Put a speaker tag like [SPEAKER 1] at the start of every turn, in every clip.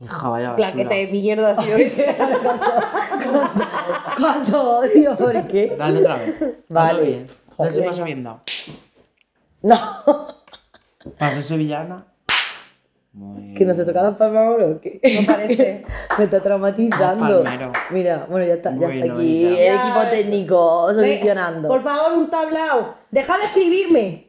[SPEAKER 1] Hija, vaya
[SPEAKER 2] Plaqueta de
[SPEAKER 1] basura.
[SPEAKER 2] mierda, así hoy.
[SPEAKER 3] ¿Cuánto odio? ¿Por qué?
[SPEAKER 1] Dale otra vez.
[SPEAKER 3] Vale.
[SPEAKER 1] Dale bien. Dale ese paso bien dado.
[SPEAKER 3] No.
[SPEAKER 1] Paso sevillana. Muy
[SPEAKER 3] Que nos ha tocado palmar ahora o qué?
[SPEAKER 2] No parece.
[SPEAKER 3] Me está traumatizando.
[SPEAKER 1] Un palmero.
[SPEAKER 3] Mira, bueno, ya está, ya
[SPEAKER 1] Bueno,
[SPEAKER 3] está aquí.
[SPEAKER 1] ya.
[SPEAKER 3] El equipo técnico
[SPEAKER 2] Ve, Por
[SPEAKER 3] solucionando.
[SPEAKER 2] favor, un tablao. Deja de escribirme.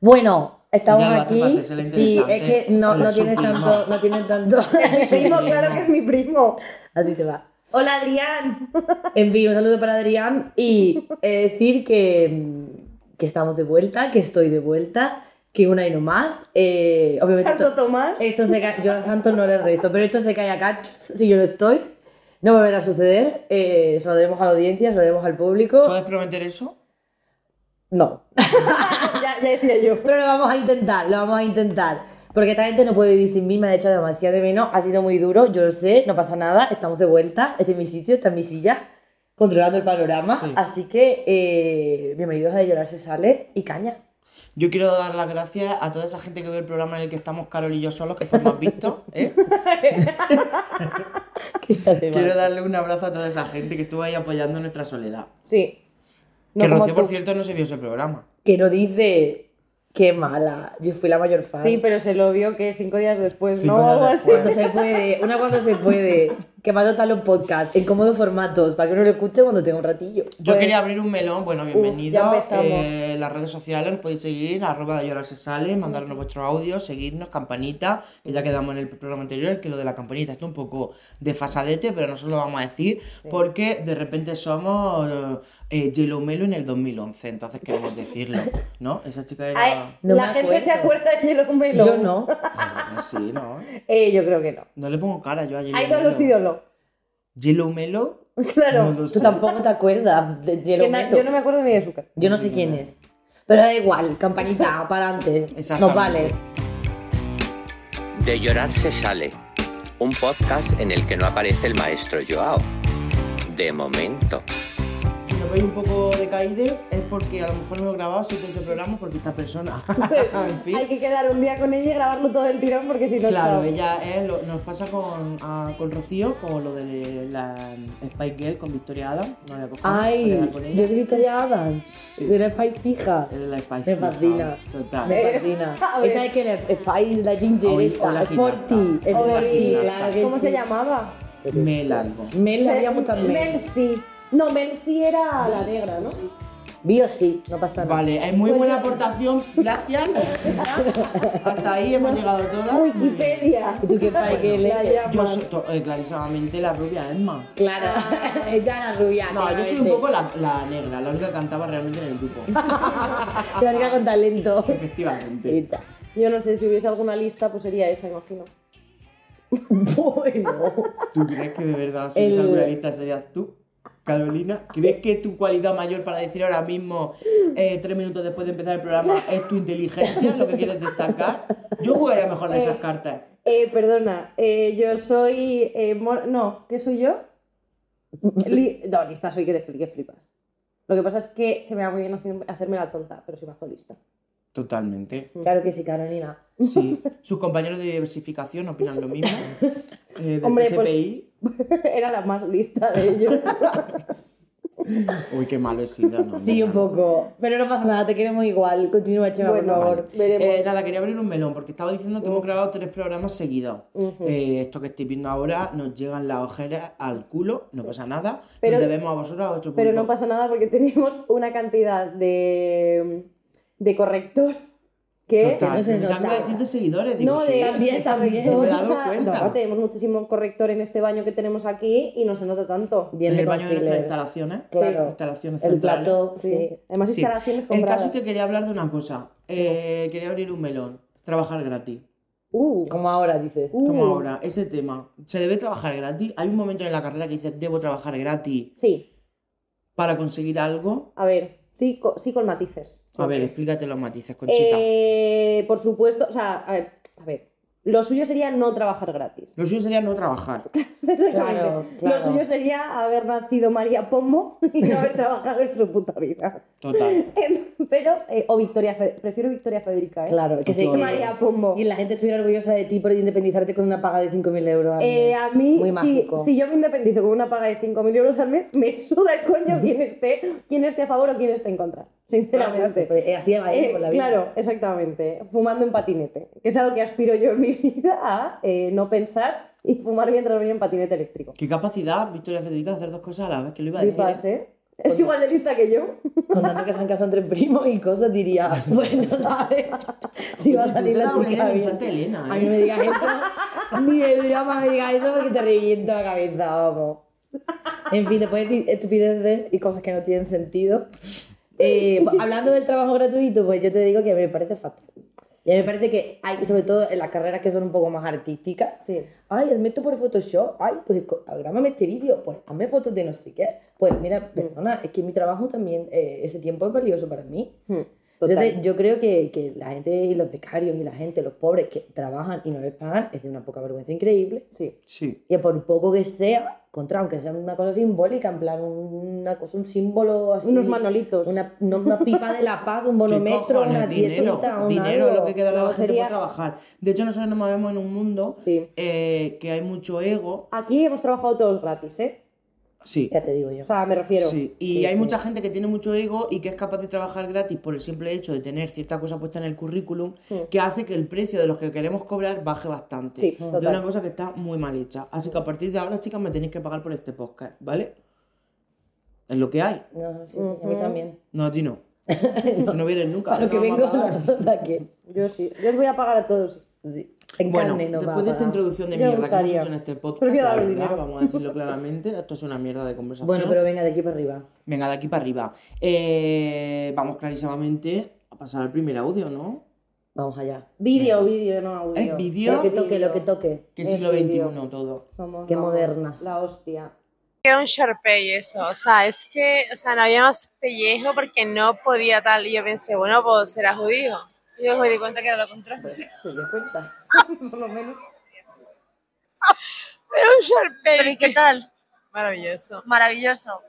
[SPEAKER 3] Bueno, estamos
[SPEAKER 1] Ya lo hace para
[SPEAKER 3] aquí.
[SPEAKER 1] hacerse la
[SPEAKER 3] Sí,
[SPEAKER 1] interesante.
[SPEAKER 3] es que no,
[SPEAKER 1] Con
[SPEAKER 3] no
[SPEAKER 1] su
[SPEAKER 3] tienes
[SPEAKER 1] primo.
[SPEAKER 3] tanto, no tienes tanto.
[SPEAKER 2] Mi primo, claro que es mi primo.
[SPEAKER 3] Así te va.
[SPEAKER 2] Hola, Adrián.
[SPEAKER 3] En fin, un saludo para Adrián y eh, decir que, mm, que estamos de vuelta, que estoy de vuelta, que una y no más. Eh, obviamente
[SPEAKER 2] Santo
[SPEAKER 3] to-
[SPEAKER 2] Tomás.
[SPEAKER 3] Esto se cae, yo a Santos no le rezo, pero esto se cae a cachos si yo no estoy. No volverá a suceder. Eh, se lo debemos a la audiencia, se lo debemos al público.
[SPEAKER 2] Pues,
[SPEAKER 1] ¿Puedes prometer eso?
[SPEAKER 3] No.
[SPEAKER 2] Ah, ya, ya decía yo.
[SPEAKER 3] Pero lo vamos a intentar, lo vamos a intentar. Porque esta gente no puede vivir sin mí, me ha echado demasiado de menos. Ha sido muy duro, yo lo sé, no pasa nada. Estamos de vuelta, este es mi sitio, esta es mi silla, controlando el panorama.
[SPEAKER 1] Sí.
[SPEAKER 3] Así que eh, bienvenidos a De Llorar se sale y caña.
[SPEAKER 1] Yo quiero dar las gracias a toda esa gente que ve el programa en el que estamos Carol y yo solos, que fue más visto. ¿eh? Quiero darle un abrazo a toda esa gente que estuvo ahí apoyando nuestra soledad.
[SPEAKER 2] Sí.
[SPEAKER 1] que
[SPEAKER 3] como
[SPEAKER 1] Rocío, por
[SPEAKER 3] tú.
[SPEAKER 1] cierto, no se vio ese programa.
[SPEAKER 3] Que no dice, qué mala, yo fui la mayor fan.
[SPEAKER 2] Sí, pero se lo vio que cinco días después,
[SPEAKER 1] ¿eh? Cinco
[SPEAKER 2] ¿no?
[SPEAKER 1] días
[SPEAKER 2] Algo así.
[SPEAKER 1] después.
[SPEAKER 3] Cuando se puede, una cuando se puede. Que más notar los podcasts en cómodos formatos para que uno lo escuche cuando tenga un ratillo.
[SPEAKER 1] Yo
[SPEAKER 2] Pues-
[SPEAKER 1] quería abrir un melón, bueno,
[SPEAKER 3] ya
[SPEAKER 1] bienvenido.
[SPEAKER 3] empezamos.
[SPEAKER 1] Eh, las redes sociales nos podéis seguir, arroba de llorar se sale, mandarnos vuestros audios, seguirnos, campanita, que ya quedamos en el programa anterior, que lo de la campanita está un poco desfasadete, pero nosotros lo vamos a decir, porque de repente somos eh, J.Lo Melo en el 2011, entonces queremos decirlo, ¿no? Esa chica era...
[SPEAKER 2] Ay,
[SPEAKER 3] No
[SPEAKER 2] la
[SPEAKER 3] me
[SPEAKER 2] gente se
[SPEAKER 3] acuerdo.
[SPEAKER 2] acuerda de Yellow Melon.
[SPEAKER 3] Yo no.
[SPEAKER 1] Ah, Sí, ¿no?
[SPEAKER 2] Eh, yo creo que no.
[SPEAKER 1] No le pongo cara yo a J.Lo
[SPEAKER 2] Hay todos los
[SPEAKER 1] Melo.
[SPEAKER 2] ídolos.
[SPEAKER 1] ¿J.Lo Melo?
[SPEAKER 2] Claro.
[SPEAKER 1] No lo
[SPEAKER 3] Tú
[SPEAKER 1] sé.
[SPEAKER 3] tampoco te acuerdas de
[SPEAKER 2] Que
[SPEAKER 3] Yellow
[SPEAKER 2] na-
[SPEAKER 3] Melo.
[SPEAKER 2] yo no me acuerdo ni de su cara.
[SPEAKER 3] Yo no sé quién es. Pero da igual, campanita, para adelante. Nos
[SPEAKER 1] Exactamente.
[SPEAKER 3] vale.
[SPEAKER 4] De llorar se sale, un podcast en el que no aparece el maestro Joao. De momento.
[SPEAKER 1] Si nos veis un poco decaídes es porque a lo mejor no hemos grabado siete ocho programas porque esta persona, en fin,
[SPEAKER 2] Hay que quedar un día con ella y grabarlo todo el tirón porque si no
[SPEAKER 1] claro,
[SPEAKER 2] chao.
[SPEAKER 1] ella es lo- nos pasa con, a- con Rocío, con lo de la Spike Girl, con Victoria Adam, no había cogido, voy a
[SPEAKER 3] Ay,
[SPEAKER 1] quedar con
[SPEAKER 3] yo
[SPEAKER 1] ella,
[SPEAKER 3] soy Victoria Adams.
[SPEAKER 1] Sí.
[SPEAKER 3] Soy una Spice fija.
[SPEAKER 1] Él es la Spice
[SPEAKER 3] Me
[SPEAKER 1] Girl,
[SPEAKER 3] fascina.
[SPEAKER 1] total.
[SPEAKER 3] Me fascina.
[SPEAKER 2] A ver.
[SPEAKER 3] Esta es que la Spice, la
[SPEAKER 1] O-
[SPEAKER 3] Ginger,
[SPEAKER 1] o
[SPEAKER 3] esta,
[SPEAKER 1] la
[SPEAKER 3] Sporty,
[SPEAKER 1] gimnasta.
[SPEAKER 3] el
[SPEAKER 1] O la
[SPEAKER 3] Sporty,
[SPEAKER 1] gimnasta.
[SPEAKER 3] claro que
[SPEAKER 2] ¿Cómo se
[SPEAKER 3] sí.
[SPEAKER 2] llamaba?
[SPEAKER 1] Mel algo.
[SPEAKER 3] Mel, la había muchas
[SPEAKER 2] Mel
[SPEAKER 3] Mel.
[SPEAKER 2] sí. No, Mel sí era la negra, ¿no?
[SPEAKER 3] Bio sí, no pasa nada.
[SPEAKER 1] Vale, es muy buena aportación, gracias. Hasta ahí hemos llegado todas. Muy bien.
[SPEAKER 2] Wikipedia.
[SPEAKER 3] ¿Y tú qué Spice Girl
[SPEAKER 2] La
[SPEAKER 3] eres?
[SPEAKER 2] llama.
[SPEAKER 1] Yo soy to- eh, clarísimamente la rubia Emma.
[SPEAKER 3] Claro, ella era rubia.
[SPEAKER 1] No, yo soy un
[SPEAKER 3] claramente.
[SPEAKER 1] poco la, la negra, la única que cantaba realmente en el grupo.
[SPEAKER 3] La única con talento.
[SPEAKER 1] Efectivamente.
[SPEAKER 3] Ella.
[SPEAKER 2] Yo no sé, si hubiese alguna lista, pues sería esa, imagino.
[SPEAKER 3] Bueno.
[SPEAKER 1] ¿Tú crees que de verdad si eres
[SPEAKER 3] El-
[SPEAKER 1] alguna lista serías tú? Carolina, ¿crees que tu cualidad mayor para decir ahora mismo, eh, tres minutos después de empezar el programa, es tu inteligencia, lo que quieres destacar? Yo jugaría mejor a esas cartas.
[SPEAKER 2] Eh, perdona, eh, yo soy. eh, mo- no, ¿qué soy yo? Li- no, lista soy que te fli- que flipas. Lo que pasa es que se me da muy bien hacer- hacerme la tonta, pero soy mazo lista.
[SPEAKER 1] Totalmente.
[SPEAKER 3] Claro que sí, Carolina.
[SPEAKER 1] Sí. Sus compañeros de diversificación opinan lo mismo. Eh, del
[SPEAKER 2] Hombre, pues-
[SPEAKER 1] PCPI.
[SPEAKER 2] Era la más lista de ellos.
[SPEAKER 1] Uy, qué malo he sido. no,
[SPEAKER 3] Sí,
[SPEAKER 1] no,
[SPEAKER 3] un
[SPEAKER 1] no.
[SPEAKER 3] poco. Pero no pasa nada, te queremos igual. Continúa, Chema,
[SPEAKER 2] bueno,
[SPEAKER 3] por favor.
[SPEAKER 2] veremos.
[SPEAKER 1] Eh, nada, quería abrir un melón porque estaba diciendo que hemos grabado tres programas seguidos. Eh, esto que estoy viendo ahora nos llegan las ojeras al culo, no pasa nada.
[SPEAKER 2] Pero-
[SPEAKER 1] nos debemos a vosotros, a vuestro
[SPEAKER 2] Pero
[SPEAKER 1] público.
[SPEAKER 2] no pasa nada porque tenemos una cantidad de, de corrector que...
[SPEAKER 1] Total,
[SPEAKER 3] no se
[SPEAKER 1] pensaba que iba a
[SPEAKER 3] nota.
[SPEAKER 1] decir de seguidores, digo,
[SPEAKER 2] No,
[SPEAKER 1] sí.
[SPEAKER 2] de,
[SPEAKER 3] También,
[SPEAKER 2] de
[SPEAKER 3] también.
[SPEAKER 2] corrector,
[SPEAKER 1] Me he dado
[SPEAKER 2] o sea,
[SPEAKER 1] cuenta.
[SPEAKER 2] no, tenemos muchísimo corrector en este baño que tenemos aquí y no se nota tanto.
[SPEAKER 3] Bien
[SPEAKER 1] En
[SPEAKER 3] de
[SPEAKER 1] el baño de nuestras
[SPEAKER 3] concealer.
[SPEAKER 1] instalaciones.
[SPEAKER 3] Claro.
[SPEAKER 1] Instalaciones
[SPEAKER 3] El
[SPEAKER 1] centrales.
[SPEAKER 3] plato, sí.
[SPEAKER 2] Además,
[SPEAKER 1] Sí.
[SPEAKER 2] instalaciones
[SPEAKER 1] El
[SPEAKER 2] compradas.
[SPEAKER 1] caso es que quería hablar de una cosa. Eh, quería abrir un melón. Trabajar gratis.
[SPEAKER 2] Uh,
[SPEAKER 3] Como ahora, dices.
[SPEAKER 2] uh.
[SPEAKER 1] Como ahora, ese tema. ¿Se debe trabajar gratis? Hay un momento en la carrera que dices, debo trabajar gratis
[SPEAKER 2] Sí,
[SPEAKER 1] para conseguir algo.
[SPEAKER 2] a ver, sí, co- sí con matices.
[SPEAKER 1] A ver, explícate los matices, Conchita.
[SPEAKER 2] Eh, por supuesto, o sea, a ver, a ver, Lo suyo sería no trabajar gratis.
[SPEAKER 1] Lo suyo sería no trabajar.
[SPEAKER 2] Exactamente.
[SPEAKER 3] Claro, claro.
[SPEAKER 2] Lo suyo sería haber nacido María Pombo y no haber trabajado en su puta vida.
[SPEAKER 1] Total.
[SPEAKER 2] Em, Pero, eh, o Victoria, Fe- prefiero Victoria Federica, ¿eh?
[SPEAKER 3] Claro, que se
[SPEAKER 1] Claro.
[SPEAKER 2] María Pombo.
[SPEAKER 3] Y la gente estuviera orgullosa de ti por independizarte con una paga de 5.000 euros. al
[SPEAKER 2] Eh,
[SPEAKER 3] mes.
[SPEAKER 2] a mí,
[SPEAKER 3] Muy
[SPEAKER 2] si,
[SPEAKER 3] mágico.
[SPEAKER 2] si yo me independizo con una paga de 5.000 euros al mes, me suda el coño quién esté, quién esté a favor o quién esté en contra, sinceramente.
[SPEAKER 3] Pues, eh, así va a ir
[SPEAKER 2] Eh,
[SPEAKER 3] por la vida.
[SPEAKER 2] claro, exactamente. Fumando en patinete, que es a lo que aspiro yo en mi vida, a eh, no pensar y fumar mientras voy en patinete eléctrico.
[SPEAKER 1] Qué capacidad, Victoria Federica, de hacer dos cosas a la vez que lo iba a decir.
[SPEAKER 2] Flipas, ¿eh?
[SPEAKER 3] Pues
[SPEAKER 2] Es igual de lista que yo.
[SPEAKER 3] Contando que se han casado entre primos y cosas, diría, bueno, ¿sabes? Si va a
[SPEAKER 1] Tú
[SPEAKER 3] salir
[SPEAKER 1] te
[SPEAKER 3] la
[SPEAKER 1] das una
[SPEAKER 3] chica
[SPEAKER 1] idea
[SPEAKER 3] bien.
[SPEAKER 1] bastante Elena, ¿eh?
[SPEAKER 3] A mí no me digas eso, ni de broma me digas eso porque te reviento la cabeza, vamos. En fin, después de decir estupideces y cosas que no tienen sentido. Eh, pues, hablando del trabajo gratuito, pues yo te digo que me parece fatal. Y a mí me parece que hay, sobre todo en las carreras que son un poco más artísticas,
[SPEAKER 2] Sí.
[SPEAKER 3] ay, hazme esto por Photoshop, ay, pues co- grábame este vídeo, pues hazme fotos de no sé qué. Pues
[SPEAKER 1] Mm.
[SPEAKER 3] mira, perdona, es que mi trabajo también, eh, ese tiempo es valioso para mí.
[SPEAKER 2] Hmm,
[SPEAKER 3] Entonces, yo creo que, que la gente y los becarios y la gente, los pobres que trabajan y no les pagan, es de una poca vergüenza increíble.
[SPEAKER 2] Sí.
[SPEAKER 1] Sí.
[SPEAKER 3] Y por poco que sea, contra, aunque sea una cosa simbólica, en plan una cosa, un símbolo así.
[SPEAKER 2] Unos manolitos.
[SPEAKER 3] Una, no, una pipa de la paz, un
[SPEAKER 1] ¿Qué
[SPEAKER 3] bonometro,
[SPEAKER 1] cojones?
[SPEAKER 3] una
[SPEAKER 1] dinero,
[SPEAKER 3] dietita, un
[SPEAKER 1] dinero es
[SPEAKER 3] algo.
[SPEAKER 1] lo que queda a la
[SPEAKER 2] No,
[SPEAKER 1] gente
[SPEAKER 2] sería-
[SPEAKER 1] por trabajar. De hecho, nosotros nos movemos en un mundo
[SPEAKER 2] Sí.
[SPEAKER 1] eh, que hay mucho ego.
[SPEAKER 2] Aquí hemos trabajado todos gratis, ¿eh?
[SPEAKER 1] Sí.
[SPEAKER 3] Ya te digo yo.
[SPEAKER 2] O sea, me refiero.
[SPEAKER 1] Sí, y hay mucha gente que tiene mucho ego y que es capaz de trabajar gratis por el simple hecho de tener cierta cosa puesta en el currículum que hace que el precio de los que queremos cobrar baje bastante.
[SPEAKER 2] Sí,
[SPEAKER 1] de
[SPEAKER 2] total.
[SPEAKER 1] una cosa que está muy mal hecha. Así que a partir de ahora, chicas, me tenéis que pagar por este podcast, ¿vale? Es lo que hay.
[SPEAKER 3] no, sí, sí, a mí también.
[SPEAKER 1] No, a ti no. no. no vienes nunca.
[SPEAKER 3] Para lo
[SPEAKER 1] no
[SPEAKER 3] que
[SPEAKER 1] vamos a
[SPEAKER 3] vengo,
[SPEAKER 1] pagar.
[SPEAKER 3] la verdad que.
[SPEAKER 2] Yo sí. Yo os voy a pagar a todos.
[SPEAKER 3] Sí. En
[SPEAKER 1] Bueno,
[SPEAKER 3] carne no va
[SPEAKER 1] después de este esta
[SPEAKER 3] a pagar.
[SPEAKER 1] introducción de
[SPEAKER 2] Yo
[SPEAKER 1] mierda que hemos
[SPEAKER 2] gustaría.
[SPEAKER 1] hecho en este podcast,
[SPEAKER 2] Prefiero
[SPEAKER 1] la
[SPEAKER 2] dar el
[SPEAKER 1] verdad,
[SPEAKER 2] dinero.
[SPEAKER 1] vamos a decirlo claramente, esto es una mierda de conversación.
[SPEAKER 3] Bueno, pero venga, de aquí para arriba.
[SPEAKER 1] Venga, de aquí para arriba. Eh, vamos clarísimamente a pasar al primer audio, ¿no?
[SPEAKER 3] Vamos allá.
[SPEAKER 2] Vídeo, vídeo, no audio.
[SPEAKER 1] Es vídeo,
[SPEAKER 3] Lo que toque, lo que toque.
[SPEAKER 1] que siglo
[SPEAKER 2] es
[SPEAKER 1] XXI
[SPEAKER 2] vídeo.
[SPEAKER 1] todo.
[SPEAKER 2] Somos
[SPEAKER 3] Qué
[SPEAKER 2] la-
[SPEAKER 3] modernas.
[SPEAKER 2] La hostia.
[SPEAKER 5] Era un Sharpay eso, o sea, es que, o sea, no había más pellejo porque no podía tal, y yo pensé, bueno, pues será judío. Y yo me di cuenta que era lo contrario.
[SPEAKER 2] ¿Te das cuenta? Por lo menos.
[SPEAKER 5] Era un Sharpay.
[SPEAKER 6] Pero ¿y qué tal?
[SPEAKER 5] Maravilloso.
[SPEAKER 6] Maravilloso.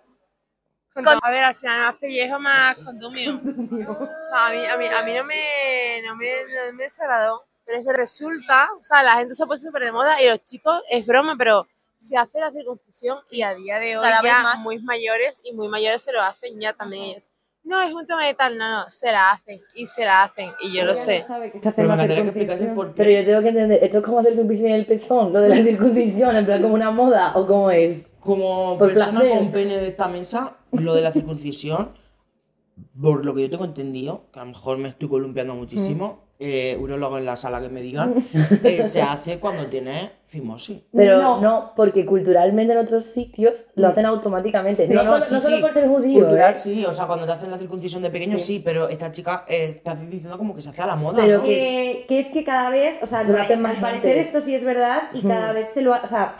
[SPEAKER 5] A ver, al final más pellejo, más condumio. O sea, a mí, a mí, a mí no, me, no, me, no me desagradó, pero es que resulta, o sea, la gente se ha puesto súper de moda y los chicos, es broma, pero se hace la circuncisión y a día de hoy
[SPEAKER 6] Cada vez
[SPEAKER 5] ya
[SPEAKER 6] más.
[SPEAKER 5] muy mayores y muy mayores se lo hacen ya también ellos. No, es un tema de tal, no, no, se la hacen y se la hacen y yo lo
[SPEAKER 2] Ella
[SPEAKER 5] sé.
[SPEAKER 2] no sabe que se hace
[SPEAKER 1] Pero me
[SPEAKER 2] la
[SPEAKER 1] encantaría que
[SPEAKER 2] circuncisión.
[SPEAKER 1] explicases por
[SPEAKER 3] Pero
[SPEAKER 1] qué.
[SPEAKER 3] yo tengo que entender, ¿esto es como hacer circuncisión en el pezón? ¿Lo de la circuncisión? ¿En plan como una moda o cómo es?
[SPEAKER 1] Como
[SPEAKER 3] por
[SPEAKER 1] persona
[SPEAKER 3] placer.
[SPEAKER 1] con pene de esta mesa, lo de la circuncisión, por lo que yo tengo entendido, que a lo mejor me estoy columpiando muchísimo, eh, urólogo en la sala que me digan, eh, se hace cuando tienes fimosis.
[SPEAKER 3] Pero
[SPEAKER 2] No.
[SPEAKER 3] no, porque culturalmente en otros sitios lo hacen automáticamente.
[SPEAKER 1] Sí,
[SPEAKER 3] no,
[SPEAKER 1] no,
[SPEAKER 3] solo,
[SPEAKER 1] sí,
[SPEAKER 3] no solo
[SPEAKER 1] sí.
[SPEAKER 3] por ser judío,
[SPEAKER 1] Cultural,
[SPEAKER 3] ¿eh?
[SPEAKER 1] sí, o sea, cuando te hacen la circuncisión de pequeño, sí, pero esta chica eh, está diciendo como que se hace a la moda.
[SPEAKER 3] Pero
[SPEAKER 1] ¿no?
[SPEAKER 3] que-
[SPEAKER 2] que, que es que cada vez, o sea,
[SPEAKER 3] Se lo hacen
[SPEAKER 2] al
[SPEAKER 3] más
[SPEAKER 2] parecer
[SPEAKER 3] gente.
[SPEAKER 2] esto sí es verdad y cada vez se lo, ha- o sea,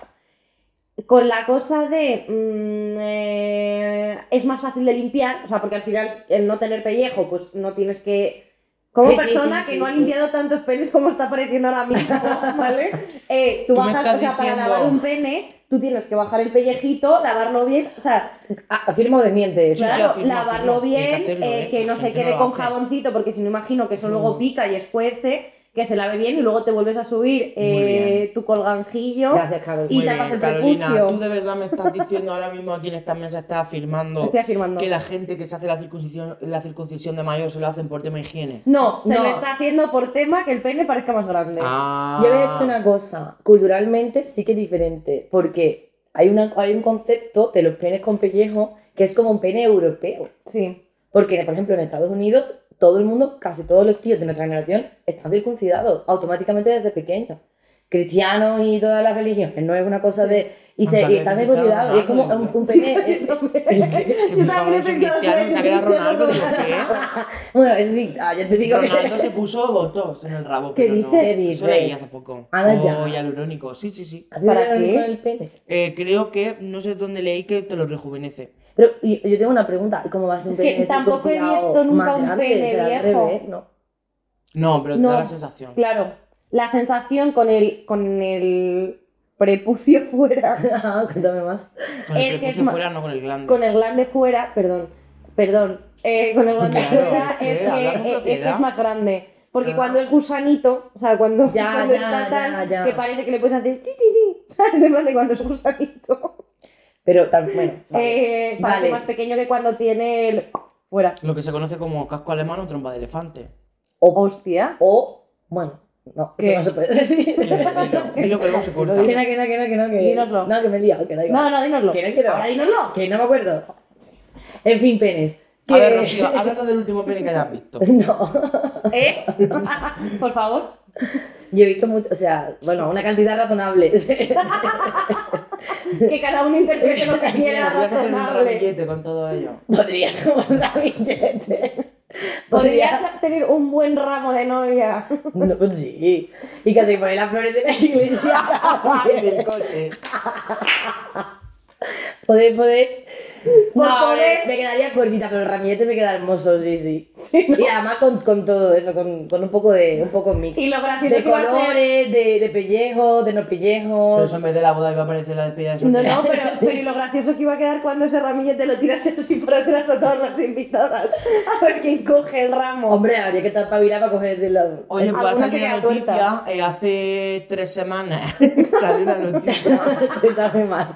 [SPEAKER 2] con la cosa de mm, eh, es más fácil de limpiar, o sea, porque al final el no tener pellejo, pues no tienes que como
[SPEAKER 3] Sí, sí,
[SPEAKER 2] persona
[SPEAKER 3] sí,
[SPEAKER 2] que
[SPEAKER 3] sí,
[SPEAKER 2] no ha
[SPEAKER 3] sí.
[SPEAKER 2] limpiado tantos penes como está apareciendo ahora mismo, ¿vale? Eh, tú
[SPEAKER 1] Tú me estás
[SPEAKER 2] bajas, o sea, para
[SPEAKER 1] diciendo-
[SPEAKER 2] lavar un pene, tú tienes que bajar el pellejito, lavarlo bien, o sea,
[SPEAKER 3] Ah, afirma o desmiente.
[SPEAKER 1] Sí, sí,
[SPEAKER 2] Claro,
[SPEAKER 1] afirmo, afirmo.
[SPEAKER 2] lavarlo
[SPEAKER 1] Hay
[SPEAKER 2] bien,
[SPEAKER 1] que
[SPEAKER 2] eh, que,
[SPEAKER 1] hacerlo, ¿eh?
[SPEAKER 2] no
[SPEAKER 1] La
[SPEAKER 2] se
[SPEAKER 1] gente no
[SPEAKER 2] quede
[SPEAKER 1] lo
[SPEAKER 2] con
[SPEAKER 1] hace. Mm.
[SPEAKER 2] jaboncito, porque si no imagino que eso luego pica y escuece, que se lave bien y luego te vuelves a subir eh,
[SPEAKER 1] bien.
[SPEAKER 2] tu colganjillo
[SPEAKER 3] Gracias, Carol.
[SPEAKER 2] y
[SPEAKER 1] Muy
[SPEAKER 2] tapas
[SPEAKER 1] bien,
[SPEAKER 2] el
[SPEAKER 1] Pues, Carolina, tú
[SPEAKER 2] prepucio.
[SPEAKER 1] de verdad me estás diciendo ahora mismo aquí en esta mesa estás afirmando
[SPEAKER 2] Estoy afirmando.
[SPEAKER 1] que la gente que se hace la circuncisión, la circuncisión de mayor se lo hacen por tema de higiene.
[SPEAKER 2] No, se
[SPEAKER 3] No.
[SPEAKER 2] le está haciendo por tema que el pene parezca más grande.
[SPEAKER 1] Ah,
[SPEAKER 3] Yo voy a decir una cosa, culturalmente sí que es diferente, porque hay, una, hay un concepto de los penes con pellejo que es como un pene europeo.
[SPEAKER 2] Sí,
[SPEAKER 3] Porque, por ejemplo, en Estados Unidos, todo el mundo, casi todos los tíos de nuestra generación, están circuncidados automáticamente desde pequeños. Cristianos y todas las religiones, no es una cosa de. Y, se, y
[SPEAKER 1] González,
[SPEAKER 3] están
[SPEAKER 1] te estaba
[SPEAKER 3] circuncidados, y es como un,
[SPEAKER 1] hablando.
[SPEAKER 3] un pene. eh, eh,
[SPEAKER 1] que pensaba
[SPEAKER 2] también
[SPEAKER 1] que era
[SPEAKER 2] pensaba
[SPEAKER 1] Cristiano, pensaba
[SPEAKER 2] que
[SPEAKER 1] que era
[SPEAKER 2] Cristiano
[SPEAKER 1] Ronaldo, digo,
[SPEAKER 2] ¿eh?
[SPEAKER 3] bueno, eso sí, ah, ya te
[SPEAKER 1] ¿qué?
[SPEAKER 3] digo
[SPEAKER 1] Ronaldo
[SPEAKER 3] que.
[SPEAKER 1] se puso botox en el rabo,
[SPEAKER 3] ¿Qué
[SPEAKER 1] pero no.
[SPEAKER 3] dices?
[SPEAKER 1] Eso lo leí
[SPEAKER 3] Dices.
[SPEAKER 1] hace poco.
[SPEAKER 2] Ah,
[SPEAKER 3] Anda ya.
[SPEAKER 1] O hialurónico, sí, sí, sí.
[SPEAKER 2] ¿Para qué?
[SPEAKER 3] Con el pene.
[SPEAKER 1] Eh, creo que, no sé dónde leí que te lo rejuvenece.
[SPEAKER 3] Pero yo, yo tengo una pregunta, ¿y ¿cómo va a ser un
[SPEAKER 2] Es que
[SPEAKER 3] pene
[SPEAKER 2] tampoco he
[SPEAKER 3] circuncidado
[SPEAKER 2] visto nunca
[SPEAKER 3] más
[SPEAKER 2] un
[SPEAKER 3] grande?
[SPEAKER 2] pene
[SPEAKER 3] Será al
[SPEAKER 2] viejo.
[SPEAKER 3] revés, ¿no?
[SPEAKER 1] No, pero te
[SPEAKER 2] No.
[SPEAKER 1] da la sensación.
[SPEAKER 2] claro. la sensación con el, con el prepucio fuera,
[SPEAKER 3] Cuéntame más.
[SPEAKER 1] Con el
[SPEAKER 2] Es que es
[SPEAKER 1] prepucio
[SPEAKER 2] ma-
[SPEAKER 1] fuera, no con el glande.
[SPEAKER 2] con el glande fuera, perdón, perdón, eh, con el glande
[SPEAKER 1] Claro,
[SPEAKER 2] fuera es,
[SPEAKER 1] eh, hablar con
[SPEAKER 2] que, eh, ese
[SPEAKER 1] propiedad.
[SPEAKER 2] es más grande. Porque
[SPEAKER 3] Ah.
[SPEAKER 2] cuando es gusanito, o sea, cuando,
[SPEAKER 3] Ya,
[SPEAKER 2] cuando
[SPEAKER 3] ya,
[SPEAKER 2] está tal,
[SPEAKER 3] ya, ya.
[SPEAKER 2] que parece que le puedes hacer ti, ti, ti, ¿sabes? En plan de cuando es gusanito.
[SPEAKER 3] Pero también, bueno. vale.
[SPEAKER 2] Eh, parece
[SPEAKER 3] Vale.
[SPEAKER 2] más pequeño que cuando tiene el fuera.
[SPEAKER 1] Lo que se conoce como casco alemán o trompa de elefante.
[SPEAKER 3] O,
[SPEAKER 2] Hostia.
[SPEAKER 3] o, bueno, no,
[SPEAKER 2] ¿Qué?
[SPEAKER 3] eso no se puede decir.
[SPEAKER 1] Dilo, dilo, dilo que luego se corta.
[SPEAKER 2] Lo
[SPEAKER 3] Que no, que no, que no, que no, que
[SPEAKER 2] Dínoslo.
[SPEAKER 3] No, que me he liado, que da igual.
[SPEAKER 2] No, no, dínoslo.
[SPEAKER 3] Que no quiero.
[SPEAKER 2] Ahora dínoslo.
[SPEAKER 3] Que no me acuerdo. En fin, penes.
[SPEAKER 1] A ver,
[SPEAKER 3] Que-
[SPEAKER 1] Rocío, háblanos del último pene que hayas visto.
[SPEAKER 3] No,
[SPEAKER 2] ¿Eh? Por favor.
[SPEAKER 3] yo he visto mucho, o sea, bueno, una cantidad razonable.
[SPEAKER 2] Que cada uno interprete lo que quiera
[SPEAKER 1] Podrías hacer un
[SPEAKER 2] razonable.
[SPEAKER 1] ramillete con todo ello.
[SPEAKER 3] Podría tomar la billete.
[SPEAKER 2] Podrías tener un buen ramo de novia.
[SPEAKER 3] No, pues sí. Y casi poner las flores de la iglesia.
[SPEAKER 1] Ay, del coche.
[SPEAKER 2] Pues-
[SPEAKER 3] Poder, poder.
[SPEAKER 2] Por
[SPEAKER 3] no,
[SPEAKER 2] poder.
[SPEAKER 3] hombre, me quedaría cortita, pero el ramillete me queda hermoso, sí, sí.
[SPEAKER 2] Sí, ¿no?
[SPEAKER 3] Y además con, con todo eso, con, con un poco de un poco mix.
[SPEAKER 2] Y lo gracioso
[SPEAKER 3] de
[SPEAKER 2] que va a ser-
[SPEAKER 3] colores, de, de pellejo, de no
[SPEAKER 1] Pero
[SPEAKER 3] pellejo.
[SPEAKER 1] eso en vez de la boda iba a aparecer la despedida de
[SPEAKER 2] No,
[SPEAKER 1] soltero.
[SPEAKER 2] no, pero, pero y lo gracioso que iba a quedar cuando ese ramillete lo tiras así por atrás a todas las invitadas. A ver quién coge el ramo.
[SPEAKER 3] Hombre, habría que estar pavilada para coger de la.
[SPEAKER 1] Oye, pues ha
[SPEAKER 2] Alguna
[SPEAKER 1] salido
[SPEAKER 2] que
[SPEAKER 1] una
[SPEAKER 2] queda
[SPEAKER 1] noticia, eh, hace tres semanas salió una noticia,
[SPEAKER 3] Cuéntame más.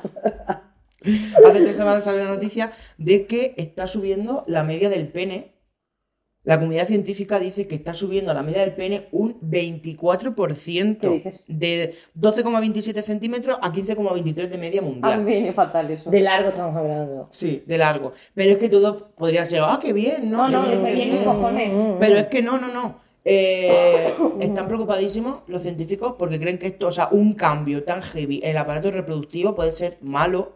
[SPEAKER 1] hace tres semanas salió una noticia de que está subiendo la media del pene. La comunidad científica dice que está subiendo la media del pene un
[SPEAKER 2] ¿Qué
[SPEAKER 1] 24%,
[SPEAKER 2] dices?
[SPEAKER 1] de 12,27 centímetros a 15,23 de media
[SPEAKER 2] A
[SPEAKER 1] mundial.
[SPEAKER 2] mí me viene fatal eso.
[SPEAKER 3] De largo estamos hablando.
[SPEAKER 1] Sí, de largo. Pero es que todo podría ser, ah, qué bien, ¿no?
[SPEAKER 2] No, no,
[SPEAKER 1] Qué bien,
[SPEAKER 2] que
[SPEAKER 1] qué
[SPEAKER 2] bien,
[SPEAKER 1] bien.
[SPEAKER 2] cojones.
[SPEAKER 3] Mm,
[SPEAKER 1] Pero es que no, no, no. Eh, están preocupadísimos los científicos porque creen que esto, o sea, un cambio tan heavy en el aparato reproductivo puede ser malo.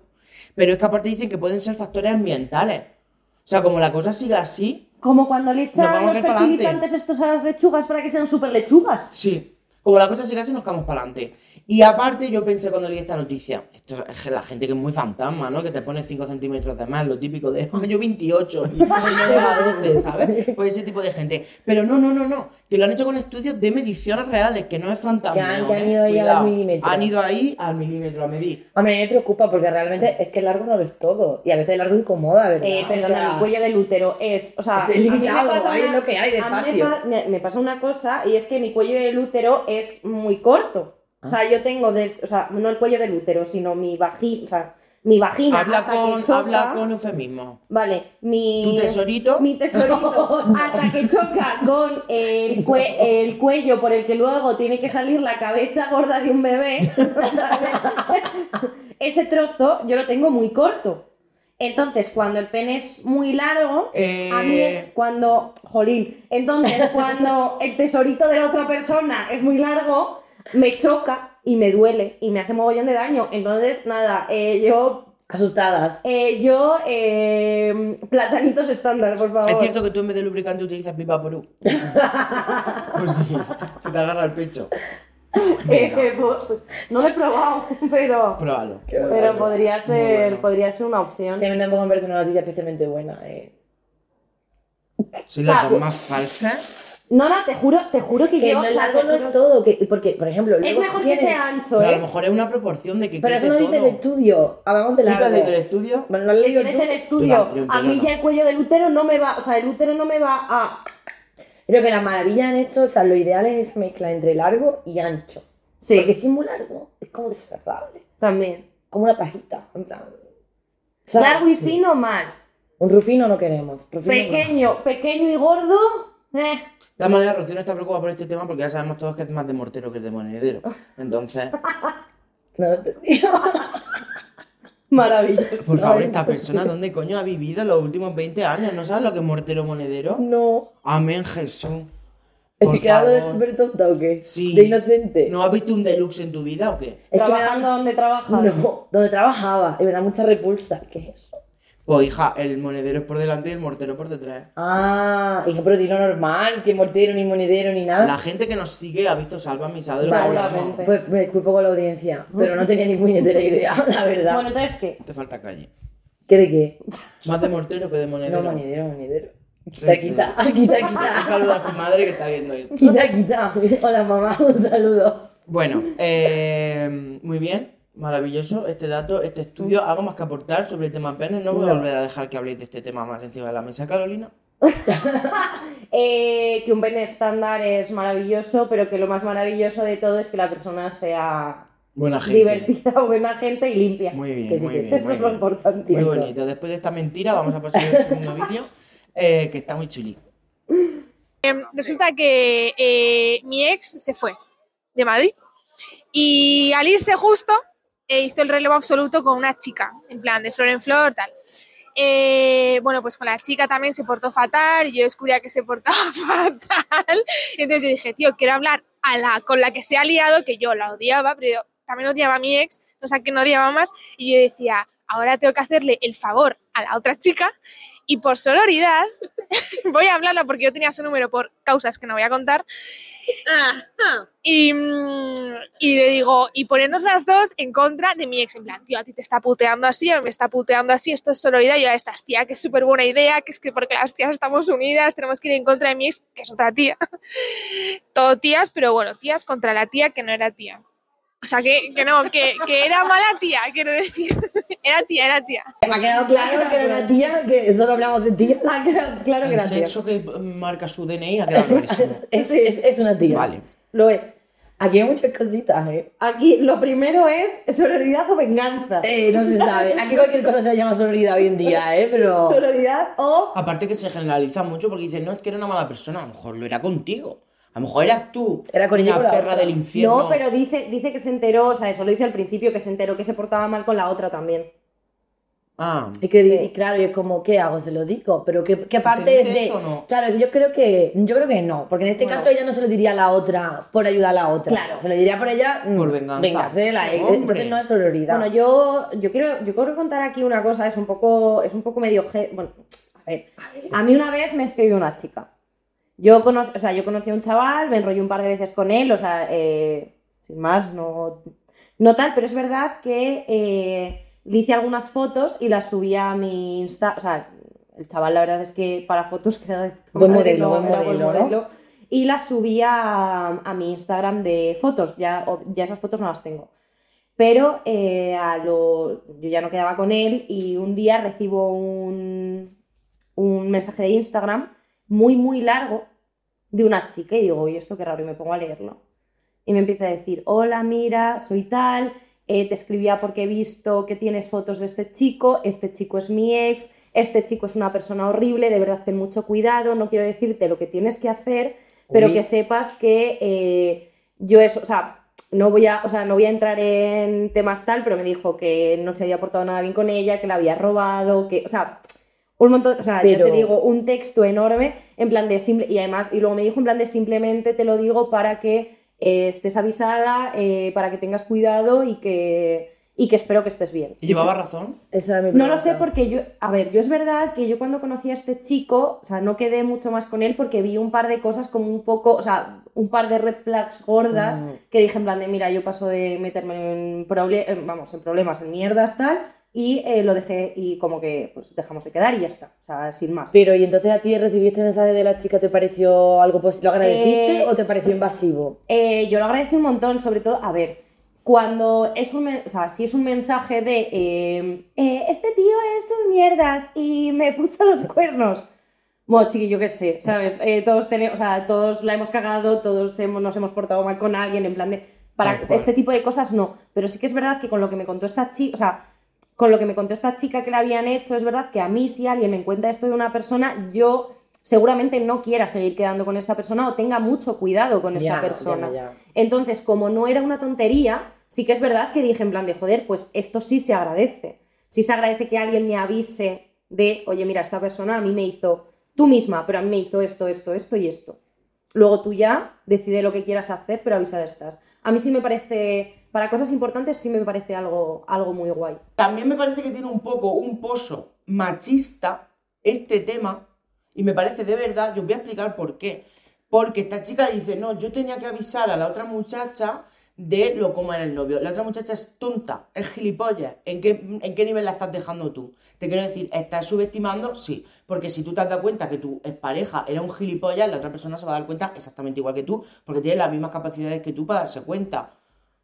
[SPEAKER 1] Pero es que aparte dicen que pueden ser factores ambientales. O sea, como la cosa siga así,
[SPEAKER 2] Como cuando le
[SPEAKER 1] Nos
[SPEAKER 2] echan
[SPEAKER 1] vamos a
[SPEAKER 2] los
[SPEAKER 1] ir pa'lante.
[SPEAKER 2] fertilizantes estos a las lechugas para que sean súper lechugas.
[SPEAKER 1] sí. Como la cosa siga así, nos vamos para adelante. Y aparte, yo pensé cuando leí esta noticia, esto es la gente que es muy fantasma, ¿no? Que te pone 5 centímetros de más, lo típico de, "Ah, yo 28 y yo lleva 12, ¿sabes? Pues ese tipo de gente. Pero no, no, no, no. Que lo han hecho con estudios de mediciones reales, que no es fantasma. ¿eh?
[SPEAKER 3] Que han- que han ido ahí al milímetro.
[SPEAKER 1] Han ido ahí al milímetro a medir.
[SPEAKER 3] Hombre, a mí me preocupa porque realmente es que el largo no lo es todo. Y a veces el largo incomoda, ¿verdad?
[SPEAKER 2] Eh, perdona,
[SPEAKER 3] O sea,
[SPEAKER 2] mi cuello del útero es. O sea,
[SPEAKER 3] Es
[SPEAKER 2] a mí me
[SPEAKER 3] limitado,
[SPEAKER 2] pasa
[SPEAKER 3] hay lo que hay de
[SPEAKER 2] a mí me
[SPEAKER 3] espacio.
[SPEAKER 2] pa- Me, me pasa una cosa y es que mi cuello del útero es muy corto. O
[SPEAKER 3] Ah.
[SPEAKER 2] sea, yo tengo. des- o sea, no el cuello del útero, sino mi vagina. O sea, mi vagina.
[SPEAKER 1] Habla
[SPEAKER 2] hasta que
[SPEAKER 1] con,
[SPEAKER 2] choca-
[SPEAKER 1] habla con eufemismo.
[SPEAKER 2] Vale, mi.
[SPEAKER 1] Tu tesorito.
[SPEAKER 2] Mi tesorito, hasta que choca con el, cue- el cuello por el que luego tiene que salir la cabeza gorda de un bebé, ese trozo yo lo tengo muy corto. Entonces, cuando el pene es muy largo,
[SPEAKER 1] Eh.
[SPEAKER 2] a mí cuando, jolín, entonces cuando el tesorito de la otra persona es muy largo, me choca y me duele y me hace mogollón de daño. Entonces, nada, eh, yo
[SPEAKER 3] Asustadas.
[SPEAKER 2] eh, yo, eh, platanitos estándar, por favor.
[SPEAKER 1] Es cierto que tú en vez de lubricante utilizas pipa porú. pues sí, se te agarra el pecho.
[SPEAKER 2] Eh, eh, po- no lo he probado, pero,
[SPEAKER 1] Pruébalo.
[SPEAKER 3] Eh,
[SPEAKER 2] pero podría, ser,
[SPEAKER 1] bueno.
[SPEAKER 2] podría ser una opción.
[SPEAKER 3] Sí, a mí tampoco me parece una noticia especialmente buena. Eh.
[SPEAKER 1] Soy la
[SPEAKER 2] Saco.
[SPEAKER 1] más falsa.
[SPEAKER 2] No, no, te juro, te juro que,
[SPEAKER 3] Que
[SPEAKER 2] yo...
[SPEAKER 3] no, el
[SPEAKER 2] o sea,
[SPEAKER 3] largo
[SPEAKER 2] te
[SPEAKER 3] no
[SPEAKER 2] juro-
[SPEAKER 3] es todo. Que, porque, por ejemplo,
[SPEAKER 2] Es
[SPEAKER 3] luego
[SPEAKER 2] mejor
[SPEAKER 3] si
[SPEAKER 2] que
[SPEAKER 3] tienes-
[SPEAKER 2] sea ancho,
[SPEAKER 1] Pero a lo
[SPEAKER 2] ¿eh?
[SPEAKER 1] mejor es una proporción de que
[SPEAKER 3] Pero eso
[SPEAKER 1] crece
[SPEAKER 3] no dice
[SPEAKER 1] todo.
[SPEAKER 3] el estudio. Hablamos de largo.
[SPEAKER 1] Chicas, desde el estudio.
[SPEAKER 3] Bueno, lo has leído
[SPEAKER 2] Tienes
[SPEAKER 3] tú.
[SPEAKER 2] el estudio.
[SPEAKER 1] Yo no, yo
[SPEAKER 2] A mí
[SPEAKER 1] no.
[SPEAKER 2] ya el cuello del útero no me va... O sea, el útero no me va a...
[SPEAKER 3] Creo que la maravilla en esto, o sea, lo ideal es esa mezcla entre largo y ancho.
[SPEAKER 2] Sí,
[SPEAKER 3] Porque si es muy largo, es como desagradable.
[SPEAKER 2] también.
[SPEAKER 3] Como una pajita, en plan. ¿sabes?
[SPEAKER 2] Largo y fino, mal.
[SPEAKER 3] Un rufino no queremos. Rufino no.
[SPEAKER 2] Pequeño, pequeño y gordo... Eh.
[SPEAKER 1] De todas maneras, Rocío no está preocupada por este tema porque ya sabemos todos que es más de mortero que de monedero. Entonces,
[SPEAKER 3] No, no te digo.
[SPEAKER 2] Maravilloso.
[SPEAKER 1] por favor, esta persona, ¿dónde coño ha vivido los últimos 20 años? ¿No sabes lo que es mortero monedero?
[SPEAKER 3] No.
[SPEAKER 1] Amén, Jesús. Por
[SPEAKER 3] Estoy quedando de
[SPEAKER 1] favor.
[SPEAKER 3] súper tonta o qué?
[SPEAKER 1] Sí.
[SPEAKER 3] De inocente.
[SPEAKER 1] ¿No has visto un deluxe en tu vida o qué?
[SPEAKER 3] Es que me da
[SPEAKER 2] Trabajando
[SPEAKER 3] mucha-
[SPEAKER 2] donde trabajas.
[SPEAKER 3] No, donde trabajaba. Y me da mucha repulsa. ¿Qué es eso?
[SPEAKER 1] Pues hija, el monedero es por delante y el mortero por detrás.
[SPEAKER 3] Ah, dije, pero tiro normal, que mortero, ni monedero, ni nada.
[SPEAKER 1] La gente que nos sigue ha visto Salva Misador.
[SPEAKER 2] Seguramente.
[SPEAKER 3] Pues me disculpo con la audiencia, pero no tenía ni puñetera idea, la verdad.
[SPEAKER 2] Bueno, entonces, ¿qué?
[SPEAKER 1] Te falta calle.
[SPEAKER 3] ¿Qué de qué?
[SPEAKER 1] Más de mortero que de
[SPEAKER 3] No,
[SPEAKER 1] monedero.
[SPEAKER 3] monedero, monedero. Quita, quita, quita,
[SPEAKER 1] Un
[SPEAKER 3] quita.
[SPEAKER 1] saludo a su madre que está viendo esto.
[SPEAKER 3] Quita, quita. Hola mamá, un saludo.
[SPEAKER 1] Bueno, eh, muy bien, maravilloso este dato, este estudio. Algo más que aportar sobre el tema pene. No voy a
[SPEAKER 3] No.
[SPEAKER 1] volver a dejar que habléis de este tema más encima de la mesa, Carolina.
[SPEAKER 2] Eh, que un pene estándar es maravilloso, pero que lo más maravilloso de todo es que la persona sea
[SPEAKER 1] Buena gente.
[SPEAKER 2] divertida, buena gente y limpia.
[SPEAKER 1] Muy bien,
[SPEAKER 3] Que sí,
[SPEAKER 1] muy
[SPEAKER 3] que
[SPEAKER 1] bien.
[SPEAKER 2] Eso
[SPEAKER 1] muy
[SPEAKER 2] es lo
[SPEAKER 1] bien.
[SPEAKER 2] importante.
[SPEAKER 1] Muy bonito. Después de esta mentira, vamos a pasar al segundo vídeo, eh, que está muy chuli.
[SPEAKER 5] Em, resulta que eh, mi ex se fue de Madrid y al irse justo eh, hizo el relevo absoluto con una chica, en plan de flor en flor, tal. Eh, bueno, pues con la chica también se portó fatal, y yo descubría que se portaba fatal. Entonces yo dije, tío, quiero hablar a la, con la que se ha liado, que yo la odiaba, pero yo también odiaba a mi ex, o sea, que no odiaba más. Y yo decía, ahora tengo que hacerle el favor a la otra chica y por sororidad voy a hablarla porque yo tenía su número por causas que no voy a contar. Y, mm, y le digo, y ponernos las dos en contra de mi ex, en plan, tío, a ti te está puteando así, a mí me está puteando así, esto es sororidad, y yo a estas tía, que es súper buena idea, que es que porque las tías estamos unidas, tenemos que ir en contra de mi ex, que es otra tía. Todo tías, pero bueno, tías contra la tía que no era tía. O sea, que, que no, que, que era mala tía, quiero decir. Era tía, era tía.
[SPEAKER 3] Ha quedado claro que era una tía, que solo hablamos de tía.
[SPEAKER 2] Ah,
[SPEAKER 3] Ha quedado claro que
[SPEAKER 1] El
[SPEAKER 3] era tía.
[SPEAKER 1] sexo que marca su DNI ha quedado clarísimo.
[SPEAKER 3] Es, es, es una tía.
[SPEAKER 1] Vale.
[SPEAKER 2] Lo es.
[SPEAKER 3] Aquí hay muchas cositas, ¿eh?
[SPEAKER 2] Aquí lo primero es sororidad o venganza.
[SPEAKER 3] Eh, no se sabe. Aquí cualquier cosa se llama sororidad hoy en día, ¿eh? Pero.
[SPEAKER 2] Sororidad o
[SPEAKER 1] Aparte que se generaliza mucho porque dicen, no, es que era una mala persona, a lo mejor lo era contigo. A lo mejor eras tú
[SPEAKER 3] Era con ella
[SPEAKER 1] una
[SPEAKER 3] o la
[SPEAKER 1] perra
[SPEAKER 3] otra.
[SPEAKER 1] del infierno.
[SPEAKER 2] No, pero dice, dice que se enteró, o sea, eso lo dice al principio, que se enteró que se portaba mal con la otra también.
[SPEAKER 1] Ah,
[SPEAKER 3] Y, que, y claro, y es como, ¿qué hago? Se lo digo. Pero ¿qué, qué parte
[SPEAKER 1] dice
[SPEAKER 3] es de.
[SPEAKER 1] eso o no?
[SPEAKER 3] Claro, yo creo que. Yo creo que no. Porque en este
[SPEAKER 2] Bueno.
[SPEAKER 3] caso ella no se lo diría a la otra por ayudar a la otra.
[SPEAKER 2] Claro.
[SPEAKER 3] Se lo diría por ella. mm,
[SPEAKER 1] Por venganza.
[SPEAKER 3] Vengarse de la ex.
[SPEAKER 1] Hombre.
[SPEAKER 3] Entonces no es sororidad.
[SPEAKER 2] Bueno, yo, yo quiero, yo quiero contar aquí una cosa, es un poco, es un poco medio ge- bueno, a ver. A mí una vez me escribió una chica. Yo conocí, o sea, yo conocí a un chaval, me enrollé un par de veces con él, o sea, eh, sin más, no, no tal, pero es verdad que eh, le hice algunas fotos y las subí a mi Insta, o sea, el chaval la verdad es que para fotos queda de puta
[SPEAKER 3] Buen
[SPEAKER 2] madre,
[SPEAKER 3] modelo,
[SPEAKER 2] no,
[SPEAKER 3] buen
[SPEAKER 2] era
[SPEAKER 3] modelo, ¿no?
[SPEAKER 2] Y las subí a, a mi Instagram de fotos, ya, o- ya esas fotos no las tengo. Pero eh, a lo, yo ya no quedaba con él y un día recibo un, un mensaje de Instagram muy, muy largo de una chica y digo, ¿y esto qué raro? Y me pongo a leerlo. Y me empieza a decir, hola, mira, soy tal, eh, te escribía porque he visto que tienes fotos de este chico, este chico es mi ex, este chico es una persona horrible, de verdad ten mucho cuidado, no quiero decirte lo que tienes que hacer, pero
[SPEAKER 3] Uy.
[SPEAKER 2] que sepas que eh, yo eso, o sea, no voy a, o sea, no voy a entrar en temas tal, pero me dijo que no se había portado nada bien con ella, que la había robado, que, o sea, un montón, o sea, ya
[SPEAKER 3] Pero-
[SPEAKER 2] te digo, un texto enorme en plan de simple y además y luego me dijo en plan de simplemente te lo digo para que eh, estés avisada, eh, para que tengas cuidado y que y que espero que estés bien.
[SPEAKER 1] ¿y llevaba razón?
[SPEAKER 3] Esa es mi
[SPEAKER 2] No lo
[SPEAKER 3] pregunta.
[SPEAKER 2] sé porque yo, a ver, yo es verdad que yo cuando conocí a este chico, o sea, no quedé mucho más con él porque vi un par de cosas como un poco, o sea, un par de red flags gordas
[SPEAKER 3] Mm.
[SPEAKER 2] que dije en plan de, mira, yo paso de meterme en, proble- en- vamos, en problemas, en mierdas, tal, y eh, lo dejé y como que pues dejamos de quedar y ya está, o sea, sin más.
[SPEAKER 3] Pero, ¿y entonces a ti recibiste mensaje de la chica? ¿Te pareció algo positivo? ¿Lo agradeciste
[SPEAKER 2] Eh,
[SPEAKER 3] o te pareció invasivo?
[SPEAKER 2] Eh, yo lo agradecí un montón, sobre todo, a ver, cuando es un, men- o sea, si es un mensaje de, eh, eh, este tío es un mierdas y me puso los cuernos. Bueno, chiqui, yo qué sé, ¿sabes? Eh, todos tenemos, o sea, todos la hemos cagado, todos hemos, nos hemos portado mal con alguien, en plan de, para
[SPEAKER 1] Tal cual.
[SPEAKER 2] este tipo de cosas no, pero sí que es verdad que con lo que me contó esta chica, o sea, con lo que me contó esta chica que la habían hecho, es verdad que a mí si alguien me cuenta esto de una persona, yo seguramente no quiera seguir quedando con esta persona o tenga mucho cuidado con
[SPEAKER 3] Ya,
[SPEAKER 2] esta persona.
[SPEAKER 3] ya, ya.
[SPEAKER 2] Entonces, como no era una tontería, sí que es verdad que dije en plan de joder, pues esto sí se agradece. Sí se agradece que alguien me avise de, oye, mira, esta persona a mí me hizo tú misma, pero a mí me hizo esto, esto, esto y esto. Luego tú ya decide lo que quieras hacer, pero avisar estás. A mí sí me parece, para cosas importantes sí me parece algo, algo muy guay.
[SPEAKER 1] También me parece que tiene un poco un pozo machista este tema y me parece de verdad, yo os voy a explicar por qué. Porque esta chica dice, no, yo tenía que avisar a la otra muchacha de lo cómo era el novio. La otra muchacha es tonta, es gilipollas. ¿En qué, ¿En qué nivel la estás dejando tú? Te quiero decir, ¿estás subestimando? Sí. Porque si tú te has dado cuenta que tu pareja era un gilipollas, la otra persona se va a dar cuenta exactamente igual que tú, porque tiene las mismas capacidades que tú para darse cuenta.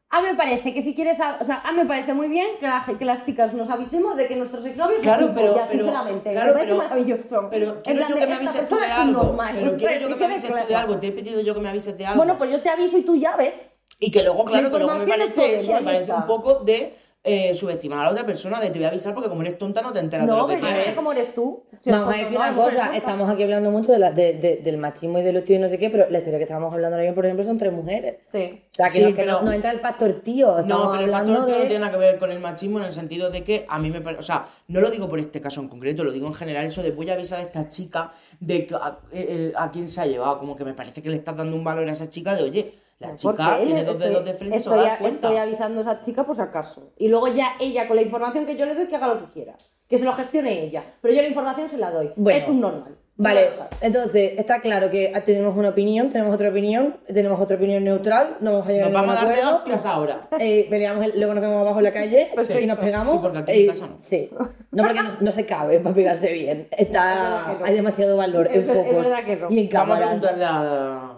[SPEAKER 2] A mí Ah, me parece que si quieres, a- o sea, a mí me parece muy bien que, la- que las chicas nos avisemos de que nuestros exnovios
[SPEAKER 1] Claro,
[SPEAKER 2] son
[SPEAKER 1] pero-
[SPEAKER 2] gilipollas,
[SPEAKER 1] pero-
[SPEAKER 2] sinceramente.
[SPEAKER 1] claro,
[SPEAKER 2] me parece
[SPEAKER 1] pero-
[SPEAKER 2] maravilloso.
[SPEAKER 1] Pero
[SPEAKER 2] En
[SPEAKER 1] quiero
[SPEAKER 2] plan
[SPEAKER 1] yo
[SPEAKER 2] de,
[SPEAKER 1] que me
[SPEAKER 2] esta
[SPEAKER 1] avises tú
[SPEAKER 2] persona
[SPEAKER 1] de
[SPEAKER 2] es
[SPEAKER 1] algo.
[SPEAKER 2] normal,
[SPEAKER 1] Pero
[SPEAKER 2] o sea,
[SPEAKER 1] quiero yo
[SPEAKER 2] es
[SPEAKER 1] que
[SPEAKER 2] que
[SPEAKER 1] me avises tú de
[SPEAKER 2] claro.
[SPEAKER 1] algo. Te he pedido yo que me avises de algo.
[SPEAKER 2] Bueno, pues yo te aviso y tú ya ves.
[SPEAKER 1] Y que luego, claro,
[SPEAKER 2] La
[SPEAKER 1] que luego me
[SPEAKER 2] información es
[SPEAKER 1] parece
[SPEAKER 2] poder,
[SPEAKER 1] eso,
[SPEAKER 2] ya
[SPEAKER 1] me parece
[SPEAKER 2] está.
[SPEAKER 1] un poco de eh, subestimar a la otra persona, de te voy a avisar porque como eres tonta no te enteras de
[SPEAKER 2] No,
[SPEAKER 1] lo que
[SPEAKER 2] pero yo no
[SPEAKER 1] tienes.
[SPEAKER 2] sé cómo eres tú. Si os
[SPEAKER 3] Vamos a
[SPEAKER 2] conozco,
[SPEAKER 3] decir
[SPEAKER 2] no,
[SPEAKER 3] una
[SPEAKER 2] no me
[SPEAKER 3] cosa,
[SPEAKER 2] importa.
[SPEAKER 3] estamos aquí hablando mucho de la- de- de- del machismo y de los tíos y no sé qué, pero la historia que estábamos hablando ahora mismo, por ejemplo, son tres mujeres.
[SPEAKER 2] Sí.
[SPEAKER 3] O sea, que,
[SPEAKER 1] Sí,
[SPEAKER 3] no, que
[SPEAKER 1] pero-
[SPEAKER 3] no, no entra el factor tío.
[SPEAKER 1] No,
[SPEAKER 3] estamos
[SPEAKER 1] pero el
[SPEAKER 3] hablando
[SPEAKER 1] factor tío no
[SPEAKER 3] de-
[SPEAKER 1] tiene nada que ver con el machismo en el sentido de que a mí me parece. O sea, no lo digo por este caso en concreto, lo digo en general, eso de voy a avisar a esta chica de que- a, el- a quién se ha llevado. Como que me parece que le estás dando un valor a esa chica de, oye, la chica
[SPEAKER 2] Porque
[SPEAKER 1] tiene
[SPEAKER 2] él-
[SPEAKER 1] dos
[SPEAKER 2] estoy-
[SPEAKER 1] dedos de frente y se va
[SPEAKER 2] estoy,
[SPEAKER 1] a dar
[SPEAKER 2] a-
[SPEAKER 1] cuenta.
[SPEAKER 2] estoy avisando a esa chica por si acaso. Y luego ya ella, con la información que yo le doy, que haga lo que quiera. Que se lo gestione ella. Pero yo la información se la doy.
[SPEAKER 3] Bueno.
[SPEAKER 2] es un normal.
[SPEAKER 3] Vale,
[SPEAKER 2] Ya lo sabes.
[SPEAKER 3] entonces está claro que tenemos una opinión, tenemos otra opinión, tenemos otra opinión neutral, no vamos a llegar
[SPEAKER 1] Nos
[SPEAKER 3] a ningún
[SPEAKER 1] vamos a dar de
[SPEAKER 3] acuerdo.
[SPEAKER 1] hostias ahora.
[SPEAKER 3] Eh, peleamos, el- luego nos vemos abajo en la calle y nos pegamos.
[SPEAKER 1] Sí, porque aquí en
[SPEAKER 3] Eh,
[SPEAKER 1] casa no.
[SPEAKER 3] Sí. No porque no, no se cabe para pegarse bien. Está,
[SPEAKER 2] Es verdad que no.
[SPEAKER 3] hay demasiado valor
[SPEAKER 2] Es
[SPEAKER 3] en
[SPEAKER 2] ver- es
[SPEAKER 3] focos
[SPEAKER 2] verdad que no.
[SPEAKER 3] y en
[SPEAKER 1] Vamos a
[SPEAKER 3] cámaras.
[SPEAKER 1] preguntarle a,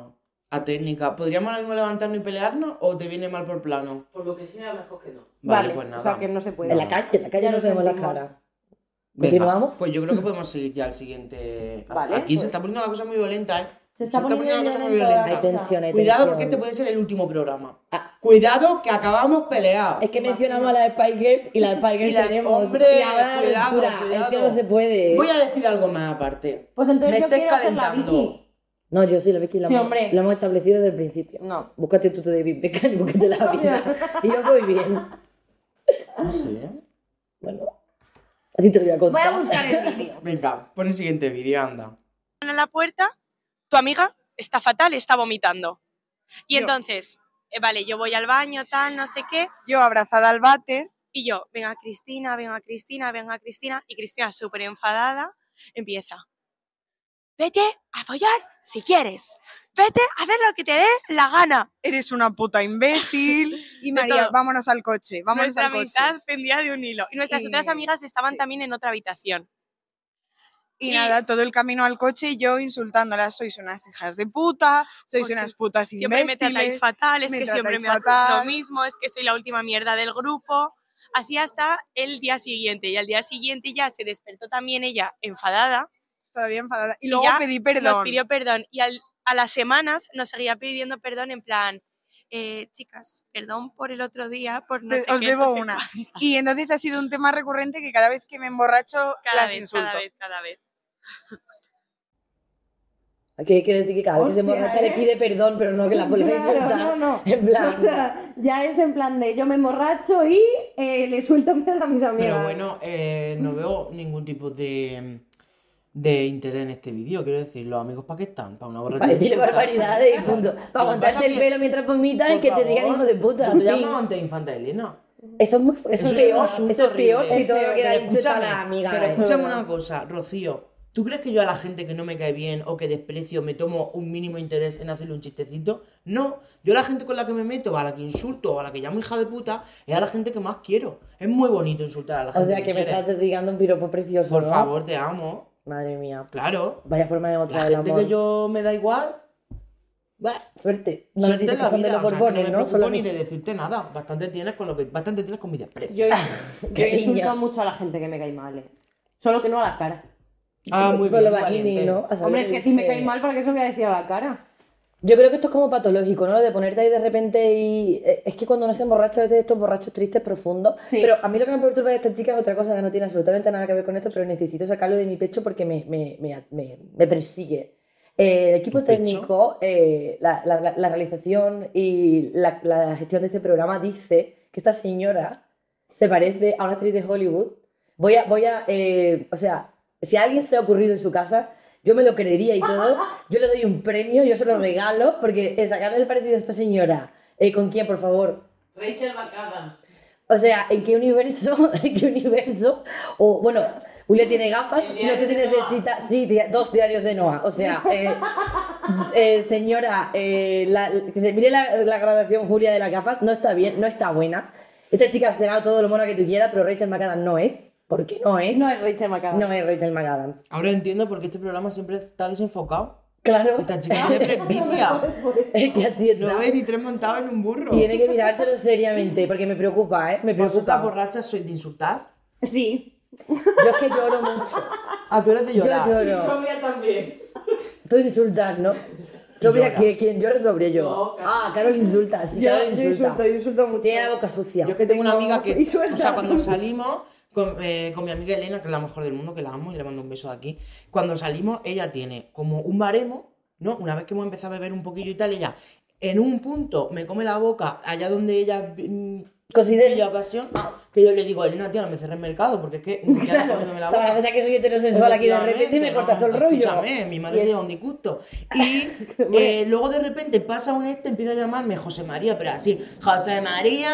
[SPEAKER 1] a técnica. ¿Podríamos ahora mismo levantarnos y pelearnos o te viene mal por plano?
[SPEAKER 6] Por lo que sea, mejor que no.
[SPEAKER 1] Vale, pues nada.
[SPEAKER 2] O sea, que no se puede.
[SPEAKER 3] En la calle, en la calle
[SPEAKER 2] Ya
[SPEAKER 3] nos
[SPEAKER 2] lo
[SPEAKER 3] vemos la
[SPEAKER 2] sentimos.
[SPEAKER 3] cara.
[SPEAKER 1] Venga,
[SPEAKER 3] ¿Continuamos?
[SPEAKER 1] Pues yo creo que podemos seguir ya al siguiente.
[SPEAKER 2] Vale,
[SPEAKER 1] Aquí
[SPEAKER 2] pues.
[SPEAKER 1] se está poniendo la cosa muy violenta, ¿eh?
[SPEAKER 2] Se está poniendo
[SPEAKER 1] la cosa muy
[SPEAKER 2] violenta.
[SPEAKER 3] Hay
[SPEAKER 1] violenta.
[SPEAKER 3] tensión, hay
[SPEAKER 1] Ah, Cuidado
[SPEAKER 3] tensión.
[SPEAKER 1] porque este puede ser el último programa.
[SPEAKER 3] Ah.
[SPEAKER 1] Cuidado que acabamos peleados.
[SPEAKER 3] Es que mencionamos a la de Spy Girls y la de Spy Girls
[SPEAKER 1] la-
[SPEAKER 3] tenemos.
[SPEAKER 1] hombre,
[SPEAKER 3] y ahora la
[SPEAKER 1] cuidado,
[SPEAKER 3] ruptura. Es que
[SPEAKER 1] cuidado.
[SPEAKER 3] no se puede.
[SPEAKER 1] Voy a decir algo más aparte.
[SPEAKER 2] Pues entonces
[SPEAKER 1] Me
[SPEAKER 2] yo
[SPEAKER 1] estáis
[SPEAKER 2] quiero hacer la
[SPEAKER 1] calentando.
[SPEAKER 2] Vicky.
[SPEAKER 3] No, yo sí, la Vicky la,
[SPEAKER 2] Sí,
[SPEAKER 3] hemos-
[SPEAKER 2] hombre.
[SPEAKER 3] la hemos establecido desde el principio.
[SPEAKER 2] No.
[SPEAKER 3] Búscate tú tu David Beckham y búscate la vida. y yo voy bien.
[SPEAKER 1] No sé.
[SPEAKER 3] Bueno, a ti te lo voy a
[SPEAKER 2] Voy
[SPEAKER 3] contar.
[SPEAKER 2] a buscar el vídeo.
[SPEAKER 1] Venga, pon el siguiente vídeo, anda.
[SPEAKER 5] a la puerta, tu amiga está fatal, está vomitando. Y entonces, eh, vale, yo voy al baño, tal, no sé qué. Yo abrazada al váter. Y yo, venga Cristina, venga Cristina, venga Cristina. Y Cristina, súper enfadada, empieza. Vete a follar si quieres. Vete a hacer lo que te dé la gana.
[SPEAKER 7] Eres una puta imbécil. y
[SPEAKER 5] De
[SPEAKER 7] María,
[SPEAKER 5] todo.
[SPEAKER 7] vámonos al coche. Vámonos
[SPEAKER 5] Nuestra
[SPEAKER 7] al coche.
[SPEAKER 5] amistad pendía de un hilo. Y nuestras
[SPEAKER 7] Y-
[SPEAKER 5] otras amigas estaban
[SPEAKER 7] sí.
[SPEAKER 5] también en otra habitación.
[SPEAKER 7] Y,
[SPEAKER 5] y-
[SPEAKER 7] nada, todo el camino al coche yo insultándolas. Sois unas hijas de puta, sois
[SPEAKER 5] Porque
[SPEAKER 7] unas putas
[SPEAKER 5] Siempre me
[SPEAKER 7] imbéciles.
[SPEAKER 5] tratáis fatal, es
[SPEAKER 7] me
[SPEAKER 5] que siempre
[SPEAKER 7] tratáis
[SPEAKER 5] me hacéis lo
[SPEAKER 7] fatal.
[SPEAKER 5] mismo, es que soy la última mierda del grupo. Así hasta el día siguiente. Y al día siguiente ya se despertó también ella enfadada,
[SPEAKER 7] Todavía enfadada. Y,
[SPEAKER 5] Y
[SPEAKER 7] luego
[SPEAKER 5] ya
[SPEAKER 7] pedí
[SPEAKER 5] nos
[SPEAKER 7] perdón.
[SPEAKER 5] pidió perdón. Y al- a las semanas nos seguía pidiendo perdón en plan, eh, chicas, perdón por el otro día, por no
[SPEAKER 7] Te-
[SPEAKER 5] sé
[SPEAKER 7] os
[SPEAKER 5] qué,
[SPEAKER 7] debo
[SPEAKER 5] no sé
[SPEAKER 7] una.
[SPEAKER 5] cuál".
[SPEAKER 7] Y entonces ha sido un tema recurrente que cada vez que me emborracho
[SPEAKER 5] Cada
[SPEAKER 7] las
[SPEAKER 5] vez,
[SPEAKER 7] insulto.
[SPEAKER 5] cada vez, cada vez.
[SPEAKER 3] Aquí hay que decir que cada vez que se
[SPEAKER 2] Hostia,
[SPEAKER 3] emborracha le
[SPEAKER 2] ¿eh?
[SPEAKER 3] pide perdón, pero no que la vuelva a
[SPEAKER 2] Claro,
[SPEAKER 3] insultar.
[SPEAKER 2] No, no.
[SPEAKER 3] En plan.
[SPEAKER 2] O sea, ya es en plan de yo me emborracho y eh, le suelto mierda a mis amigas.
[SPEAKER 1] Pero bueno, eh, no veo ningún tipo de, de interés en este vídeo. Quiero decir, los amigos para qué están, para una borracha.
[SPEAKER 3] Vale, dile barbaridades y punto. Para
[SPEAKER 1] pasa
[SPEAKER 3] aguantarte el
[SPEAKER 1] que-
[SPEAKER 3] pelo mientras vomitas y que te digan hijo de puta.
[SPEAKER 1] Te
[SPEAKER 3] en fin.
[SPEAKER 1] llamo ante Infanta Elena.
[SPEAKER 3] Eso es, muy, eso
[SPEAKER 1] ¿eh?
[SPEAKER 3] es
[SPEAKER 1] Eso es un
[SPEAKER 3] peor.
[SPEAKER 1] asunto
[SPEAKER 3] Eso es peor que
[SPEAKER 1] horrible.
[SPEAKER 3] todo lo que da
[SPEAKER 1] Pero
[SPEAKER 3] insulto a
[SPEAKER 1] escúchame,
[SPEAKER 3] la amiga.
[SPEAKER 1] Pero escúchame una cosa, Rocío. ¿Tú crees que yo a la gente que no me cae bien o que desprecio me tomo un mínimo interés en hacerle un chistecito? No. Yo a la gente con la que me meto, a la que insulto o a la que llamo hija de puta, es a la gente que más quiero. Es muy bonito insultar a la
[SPEAKER 3] o
[SPEAKER 1] gente.
[SPEAKER 3] sea, que me
[SPEAKER 1] quieres.
[SPEAKER 3] estás dedicando un piropo precioso.
[SPEAKER 1] Por
[SPEAKER 3] ¿no?
[SPEAKER 1] favor, te amo.
[SPEAKER 3] Madre mía.
[SPEAKER 1] Claro.
[SPEAKER 3] Vaya forma de
[SPEAKER 1] La
[SPEAKER 3] mostrar el
[SPEAKER 1] gente
[SPEAKER 3] amor.
[SPEAKER 1] que yo me da igual. bah,
[SPEAKER 3] Suerte. No le
[SPEAKER 1] suerte
[SPEAKER 3] dices
[SPEAKER 1] en
[SPEAKER 3] que
[SPEAKER 1] la
[SPEAKER 3] son de
[SPEAKER 1] vida.
[SPEAKER 3] los
[SPEAKER 1] O sea, que
[SPEAKER 3] borbones,
[SPEAKER 1] no me
[SPEAKER 3] ¿no?
[SPEAKER 1] preocupo
[SPEAKER 3] Solo
[SPEAKER 1] ni de decirte nada. Bastante tienes con lo que. Bastante tienes con mi desprecio.
[SPEAKER 2] Yo, yo
[SPEAKER 3] Qué niña.
[SPEAKER 2] insulto mucho a la gente que me cae mal, eh. Solo que no a la cara.
[SPEAKER 1] Ah, muy
[SPEAKER 3] Con
[SPEAKER 1] bien.
[SPEAKER 3] lo
[SPEAKER 1] muy
[SPEAKER 3] bajini,
[SPEAKER 1] valiente.
[SPEAKER 3] ¿no? A saber
[SPEAKER 2] Hombre, es
[SPEAKER 3] qué
[SPEAKER 2] que si me
[SPEAKER 3] dice.
[SPEAKER 2] cae mal, ¿para qué se lo voy a decir a la cara?
[SPEAKER 3] Yo creo que esto es como patológico, ¿no? Lo de ponerte ahí de repente y... eh, Es que cuando uno se emborracha a veces estos borrachos tristes profundos.
[SPEAKER 2] Sí.
[SPEAKER 3] Pero a mí lo que me perturba de esta chica es otra cosa que no tiene absolutamente nada que ver con esto, pero necesito sacarlo de mi pecho porque me, me, me, me- me persigue. Eh, el equipo
[SPEAKER 1] ¿Tu pecho?
[SPEAKER 3] técnico, eh, la, la- la- la realización y la, la gestión de este programa dice que esta señora se parece a una actriz de Hollywood. Voy a, voy a, eh, o sea, si a alguien se le ha ocurrido en su casa, yo me lo creería y todo. Yo le doy un premio, yo se lo regalo, porque eh, sacarle el parecido a esta señora, eh, ¿con quién, por favor?
[SPEAKER 6] Rachel McAdams.
[SPEAKER 3] O sea, ¿en qué universo? ¿En qué universo? O bueno, Julia tiene gafas
[SPEAKER 5] El
[SPEAKER 3] y no
[SPEAKER 5] diario
[SPEAKER 3] sé si
[SPEAKER 5] de Noah.
[SPEAKER 3] necesita. Sí, dia- dos diarios de Noah. O sea, eh, eh, señora, eh, la- que se mire la, la graduación Julia de las gafas no está bien, no está buena. Esta chica ha cenado todo lo mona que tú quieras, pero Rachel McAdams no es. ¿Por qué no es?
[SPEAKER 2] No es Rachel McAdams.
[SPEAKER 3] No es Rachel McAdams.
[SPEAKER 1] Ahora entiendo por qué este programa siempre está desenfocado.
[SPEAKER 3] Claro.
[SPEAKER 1] Esta chica tiene presbicia.
[SPEAKER 3] Es que así es.
[SPEAKER 1] No ve ni tres montados en un burro.
[SPEAKER 3] Tiene que mirárselo seriamente, porque me preocupa, ¿eh? Me
[SPEAKER 1] ¿Vosotras
[SPEAKER 3] preocupa.
[SPEAKER 1] borrachas sois de insultar?
[SPEAKER 2] Sí.
[SPEAKER 3] Yo es que lloro mucho.
[SPEAKER 1] Ah, tú eres de
[SPEAKER 3] Yo
[SPEAKER 1] llorar.
[SPEAKER 3] lloro.
[SPEAKER 6] Insomnia también.
[SPEAKER 3] Tú insultas, ¿no? ¿Sobre
[SPEAKER 1] Llora.
[SPEAKER 3] a qué? ¿Quién llora sobre yo?
[SPEAKER 6] No, Carol.
[SPEAKER 3] Ah, Carol insulta, sí, Carol insulta.
[SPEAKER 2] insulto mucho.
[SPEAKER 3] Tiene la boca sucia.
[SPEAKER 1] Yo es que tengo una
[SPEAKER 2] Tengo-
[SPEAKER 1] amiga que,
[SPEAKER 2] y suelta.
[SPEAKER 1] o sea, cuando salimos con, eh, con mi amiga Elena, que es la mejor del mundo, que la amo y le mando un beso de aquí, cuando salimos ella tiene como un baremo, ¿no? Una vez que hemos empezado a beber un poquillo y tal, ella en un punto me come la boca allá donde ella mm,
[SPEAKER 3] Considera-
[SPEAKER 1] pilla ocasión, que yo le digo, Elena, tía, no me cerré el mercado porque es que ya está comiéndome la
[SPEAKER 3] O sea, van
[SPEAKER 1] boca.
[SPEAKER 3] a pensar que soy heterosexual aquí de repente y me
[SPEAKER 1] Efectivamente,
[SPEAKER 3] cortas todo el
[SPEAKER 1] no,
[SPEAKER 3] rollo.
[SPEAKER 1] Escúchame, mi madre se lleva un disgusto. Y eh, luego de repente pasa un este, empieza a llamarme José María, pero así, José María.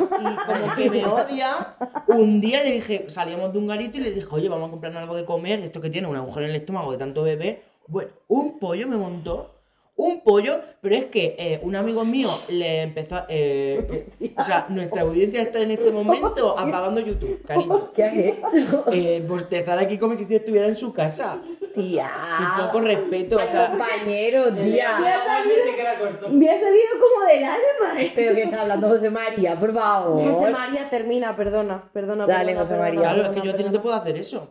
[SPEAKER 1] Y como que me odia. Un día le dije, salíamos de un garito y le dije, oye, vamos a comprarnos algo de comer, de esto que tiene, un agujero en el estómago de tanto bebé. Bueno, un pollo me montó. Un pollo, pero es que eh, un amigo mío le empezó a. eh, que- o sea, nuestra audiencia está en este momento apagando YouTube, cariño.
[SPEAKER 3] ¿Qué has hecho?
[SPEAKER 1] Eh, bostezar aquí como si estuviera en su casa.
[SPEAKER 3] Tía.
[SPEAKER 1] Y poco respeto, o sea.
[SPEAKER 3] Compañero, tía.
[SPEAKER 6] Dice que era corto.
[SPEAKER 2] Me ha salido como del alma, eh.
[SPEAKER 3] Pero que está hablando José María, por
[SPEAKER 2] José
[SPEAKER 3] favor.
[SPEAKER 2] María termina, perdona, perdona.
[SPEAKER 3] Dale,
[SPEAKER 2] perdona,
[SPEAKER 3] José
[SPEAKER 2] perdona,
[SPEAKER 3] María.
[SPEAKER 1] Claro, es
[SPEAKER 2] perdona,
[SPEAKER 1] que yo a ti no te
[SPEAKER 2] perdona.
[SPEAKER 1] puedo hacer eso.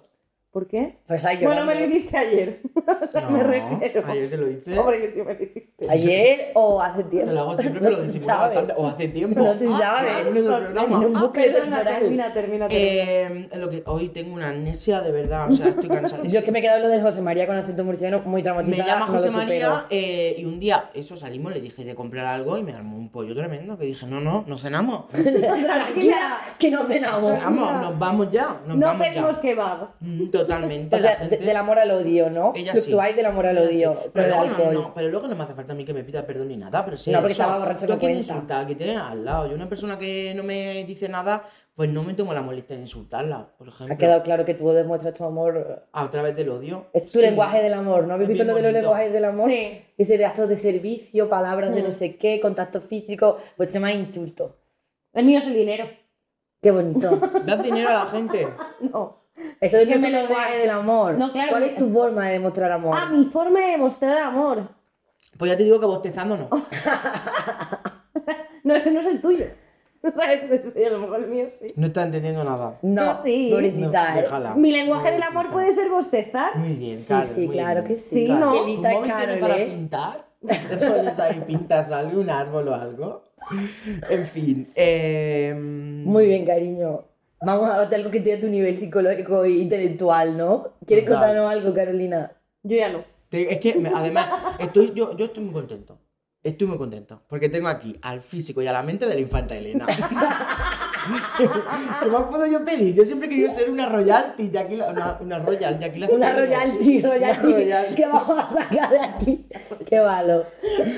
[SPEAKER 2] ¿Por qué?
[SPEAKER 3] Pues ahí
[SPEAKER 2] Bueno, me lo
[SPEAKER 3] llorando.
[SPEAKER 2] hiciste ayer. O sea, me
[SPEAKER 1] No,
[SPEAKER 2] refiero.
[SPEAKER 1] Ayer te lo hice.
[SPEAKER 2] Hombre, que sí me lo hiciste.
[SPEAKER 3] ¿Ayer o hace tiempo?
[SPEAKER 1] Te lo hago siempre, pero
[SPEAKER 3] No
[SPEAKER 1] lo
[SPEAKER 3] se
[SPEAKER 1] disimulo
[SPEAKER 3] sabe.
[SPEAKER 1] bastante. O hace tiempo.
[SPEAKER 3] No se
[SPEAKER 1] Ah,
[SPEAKER 3] sabe.
[SPEAKER 1] claro, en el programa.
[SPEAKER 3] En un
[SPEAKER 1] Ah,
[SPEAKER 3] bucle
[SPEAKER 2] Perdona,
[SPEAKER 3] temporal.
[SPEAKER 2] termina, termina, termina.
[SPEAKER 1] eh, lo que, hoy tengo una amnesia de verdad, o sea, estoy cansada.
[SPEAKER 3] Yo es que me he quedado en lo del José María con acento murciano muy
[SPEAKER 1] Me
[SPEAKER 3] traumatizada.
[SPEAKER 1] llama
[SPEAKER 3] no
[SPEAKER 1] José
[SPEAKER 3] lo supero.
[SPEAKER 1] María eh, y un día, eso salimos, le dije de comprar algo y me armó un pollo tremendo que dije, no, no, no cenamos.
[SPEAKER 3] Tranquila, que no cenamos.
[SPEAKER 1] Cenamos, nos vamos ya, nos
[SPEAKER 2] no
[SPEAKER 1] vamos
[SPEAKER 2] pedimos
[SPEAKER 1] ya.
[SPEAKER 2] kebab.
[SPEAKER 1] Mm, Totalmente.
[SPEAKER 3] O sea,
[SPEAKER 1] la
[SPEAKER 3] de-
[SPEAKER 1] gente-
[SPEAKER 3] del amor al odio, ¿no?
[SPEAKER 1] Ella sí.
[SPEAKER 3] Fluctuáis del amor al
[SPEAKER 1] Ella sí.
[SPEAKER 3] odio. con
[SPEAKER 1] Pero,
[SPEAKER 3] el
[SPEAKER 1] luego no,
[SPEAKER 3] alcohol.
[SPEAKER 1] no, pero luego no me hace falta a mí que me pida perdón ni nada. Pero sí,
[SPEAKER 3] No, porque
[SPEAKER 1] o sea,
[SPEAKER 3] estaba borracho,
[SPEAKER 1] tú
[SPEAKER 3] no
[SPEAKER 1] a quién
[SPEAKER 3] cuenta.
[SPEAKER 1] insulta, que tienes al lado. Yo, una persona que no me dice nada, pues no me tomo la molestia en insultarla, por ejemplo.
[SPEAKER 3] Ha quedado claro que tú demuestras tu amor.
[SPEAKER 1] A través del odio.
[SPEAKER 3] Es tu
[SPEAKER 1] Sí.
[SPEAKER 3] lenguaje del amor, ¿no? ¿Habéis
[SPEAKER 1] Es
[SPEAKER 3] visto lo
[SPEAKER 1] bien
[SPEAKER 3] de los
[SPEAKER 1] bonito.
[SPEAKER 3] lenguajes del amor?
[SPEAKER 2] Sí. Mm.
[SPEAKER 3] Ese actos de servicio, palabras de no sé qué, contacto físico, pues se llama insulto.
[SPEAKER 2] El mío es el dinero.
[SPEAKER 3] Qué bonito.
[SPEAKER 1] Das dinero a la gente.
[SPEAKER 3] Oh.
[SPEAKER 2] No.
[SPEAKER 3] Esto es
[SPEAKER 2] Que
[SPEAKER 3] el
[SPEAKER 2] me lo
[SPEAKER 3] lenguaje
[SPEAKER 2] den.
[SPEAKER 3] del amor.
[SPEAKER 2] No, claro,
[SPEAKER 3] ¿Cuál
[SPEAKER 2] mi-
[SPEAKER 3] es tu forma de demostrar amor?
[SPEAKER 2] Ah, mi forma de mostrar amor.
[SPEAKER 1] Pues ya te digo que bostezando no.
[SPEAKER 2] No, ese no es el tuyo. O sea, ese es a lo mejor el mío sí.
[SPEAKER 1] No está entendiendo nada.
[SPEAKER 3] no,
[SPEAKER 2] no, sí.
[SPEAKER 1] No,
[SPEAKER 3] pobrecita. eh.
[SPEAKER 1] déjala.
[SPEAKER 2] Mi lenguaje del amor puede ser bostezar.
[SPEAKER 1] Muy bien,
[SPEAKER 3] Sí,
[SPEAKER 1] Carol,
[SPEAKER 3] sí,
[SPEAKER 1] muy
[SPEAKER 3] claro
[SPEAKER 1] bien.
[SPEAKER 3] que sí.
[SPEAKER 2] Sí, ¿no?
[SPEAKER 1] ¿Tu
[SPEAKER 2] ¿Qué
[SPEAKER 3] Telita,
[SPEAKER 1] móvil tiene
[SPEAKER 3] Carol,
[SPEAKER 1] para
[SPEAKER 3] ¿eh?
[SPEAKER 1] pintar? ¿Te pones ahí, pintas algo, un árbol o algo? En fin. eh,
[SPEAKER 3] Muy bien, cariño. Vamos a hacer algo que tiene tu nivel psicológico e intelectual, ¿no? ¿Quieres
[SPEAKER 1] Total.
[SPEAKER 3] contarnos algo, Carolina?
[SPEAKER 2] Yo ya no.
[SPEAKER 1] Te- es que me- además estoy, yo, yo estoy muy contento. Estoy muy contento. Porque tengo aquí al físico y a la mente de la infanta Elena. ¿Qué más puedo yo pedir? Yo siempre he querido ser una royalty. Y aquí la- una, una royal. Y aquí la
[SPEAKER 3] Una
[SPEAKER 1] tengo.
[SPEAKER 3] royalty,
[SPEAKER 1] Una royalty.
[SPEAKER 3] royalty. ¿Qué vamos a sacar de aquí? Qué malo.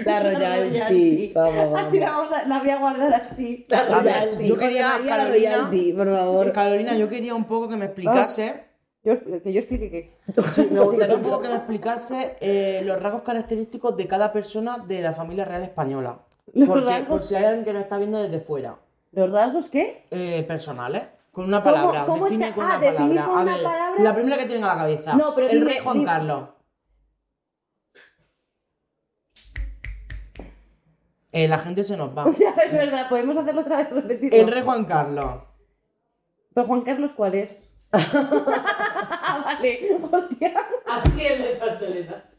[SPEAKER 3] La royalty. Vamos, vamos.
[SPEAKER 2] Así la, vamos a- la voy a guardar así.
[SPEAKER 3] La
[SPEAKER 1] A ver,
[SPEAKER 3] royalty.
[SPEAKER 1] yo quería,
[SPEAKER 3] José María, la
[SPEAKER 1] Carolina-
[SPEAKER 3] royalty, por favor.
[SPEAKER 1] Carolina, yo quería un poco que me explicase.
[SPEAKER 2] Yo, que yo explique qué.
[SPEAKER 1] Me gustaría un poco que me explicase eh, los rasgos característicos de cada persona de la familia real española.
[SPEAKER 2] Los
[SPEAKER 1] Porque,
[SPEAKER 2] rasgos-
[SPEAKER 1] por si hay alguien que nos está viendo desde fuera.
[SPEAKER 2] ¿Los rasgos qué?
[SPEAKER 1] Eh, personales. Con una
[SPEAKER 2] ¿Cómo-
[SPEAKER 1] palabra.
[SPEAKER 2] cómo
[SPEAKER 1] define
[SPEAKER 2] es que-
[SPEAKER 1] con
[SPEAKER 2] ah,
[SPEAKER 1] una
[SPEAKER 2] definir
[SPEAKER 1] palabra.
[SPEAKER 2] con
[SPEAKER 1] A
[SPEAKER 2] una
[SPEAKER 1] ver,
[SPEAKER 2] palabra?
[SPEAKER 1] la primera que te venga a la cabeza.
[SPEAKER 2] No, pero
[SPEAKER 1] el
[SPEAKER 2] dime-
[SPEAKER 1] rey Juan
[SPEAKER 2] dime-
[SPEAKER 1] Carlos. Eh, la gente se
[SPEAKER 3] Ah.
[SPEAKER 1] nos va.
[SPEAKER 2] es verdad, podemos hacerlo otra vez, repetirlo.
[SPEAKER 1] El rey Juan Carlos.
[SPEAKER 2] ¿Pero Juan Carlos cuál es? Ah, vale, hostia.
[SPEAKER 6] Así es la infantilidad.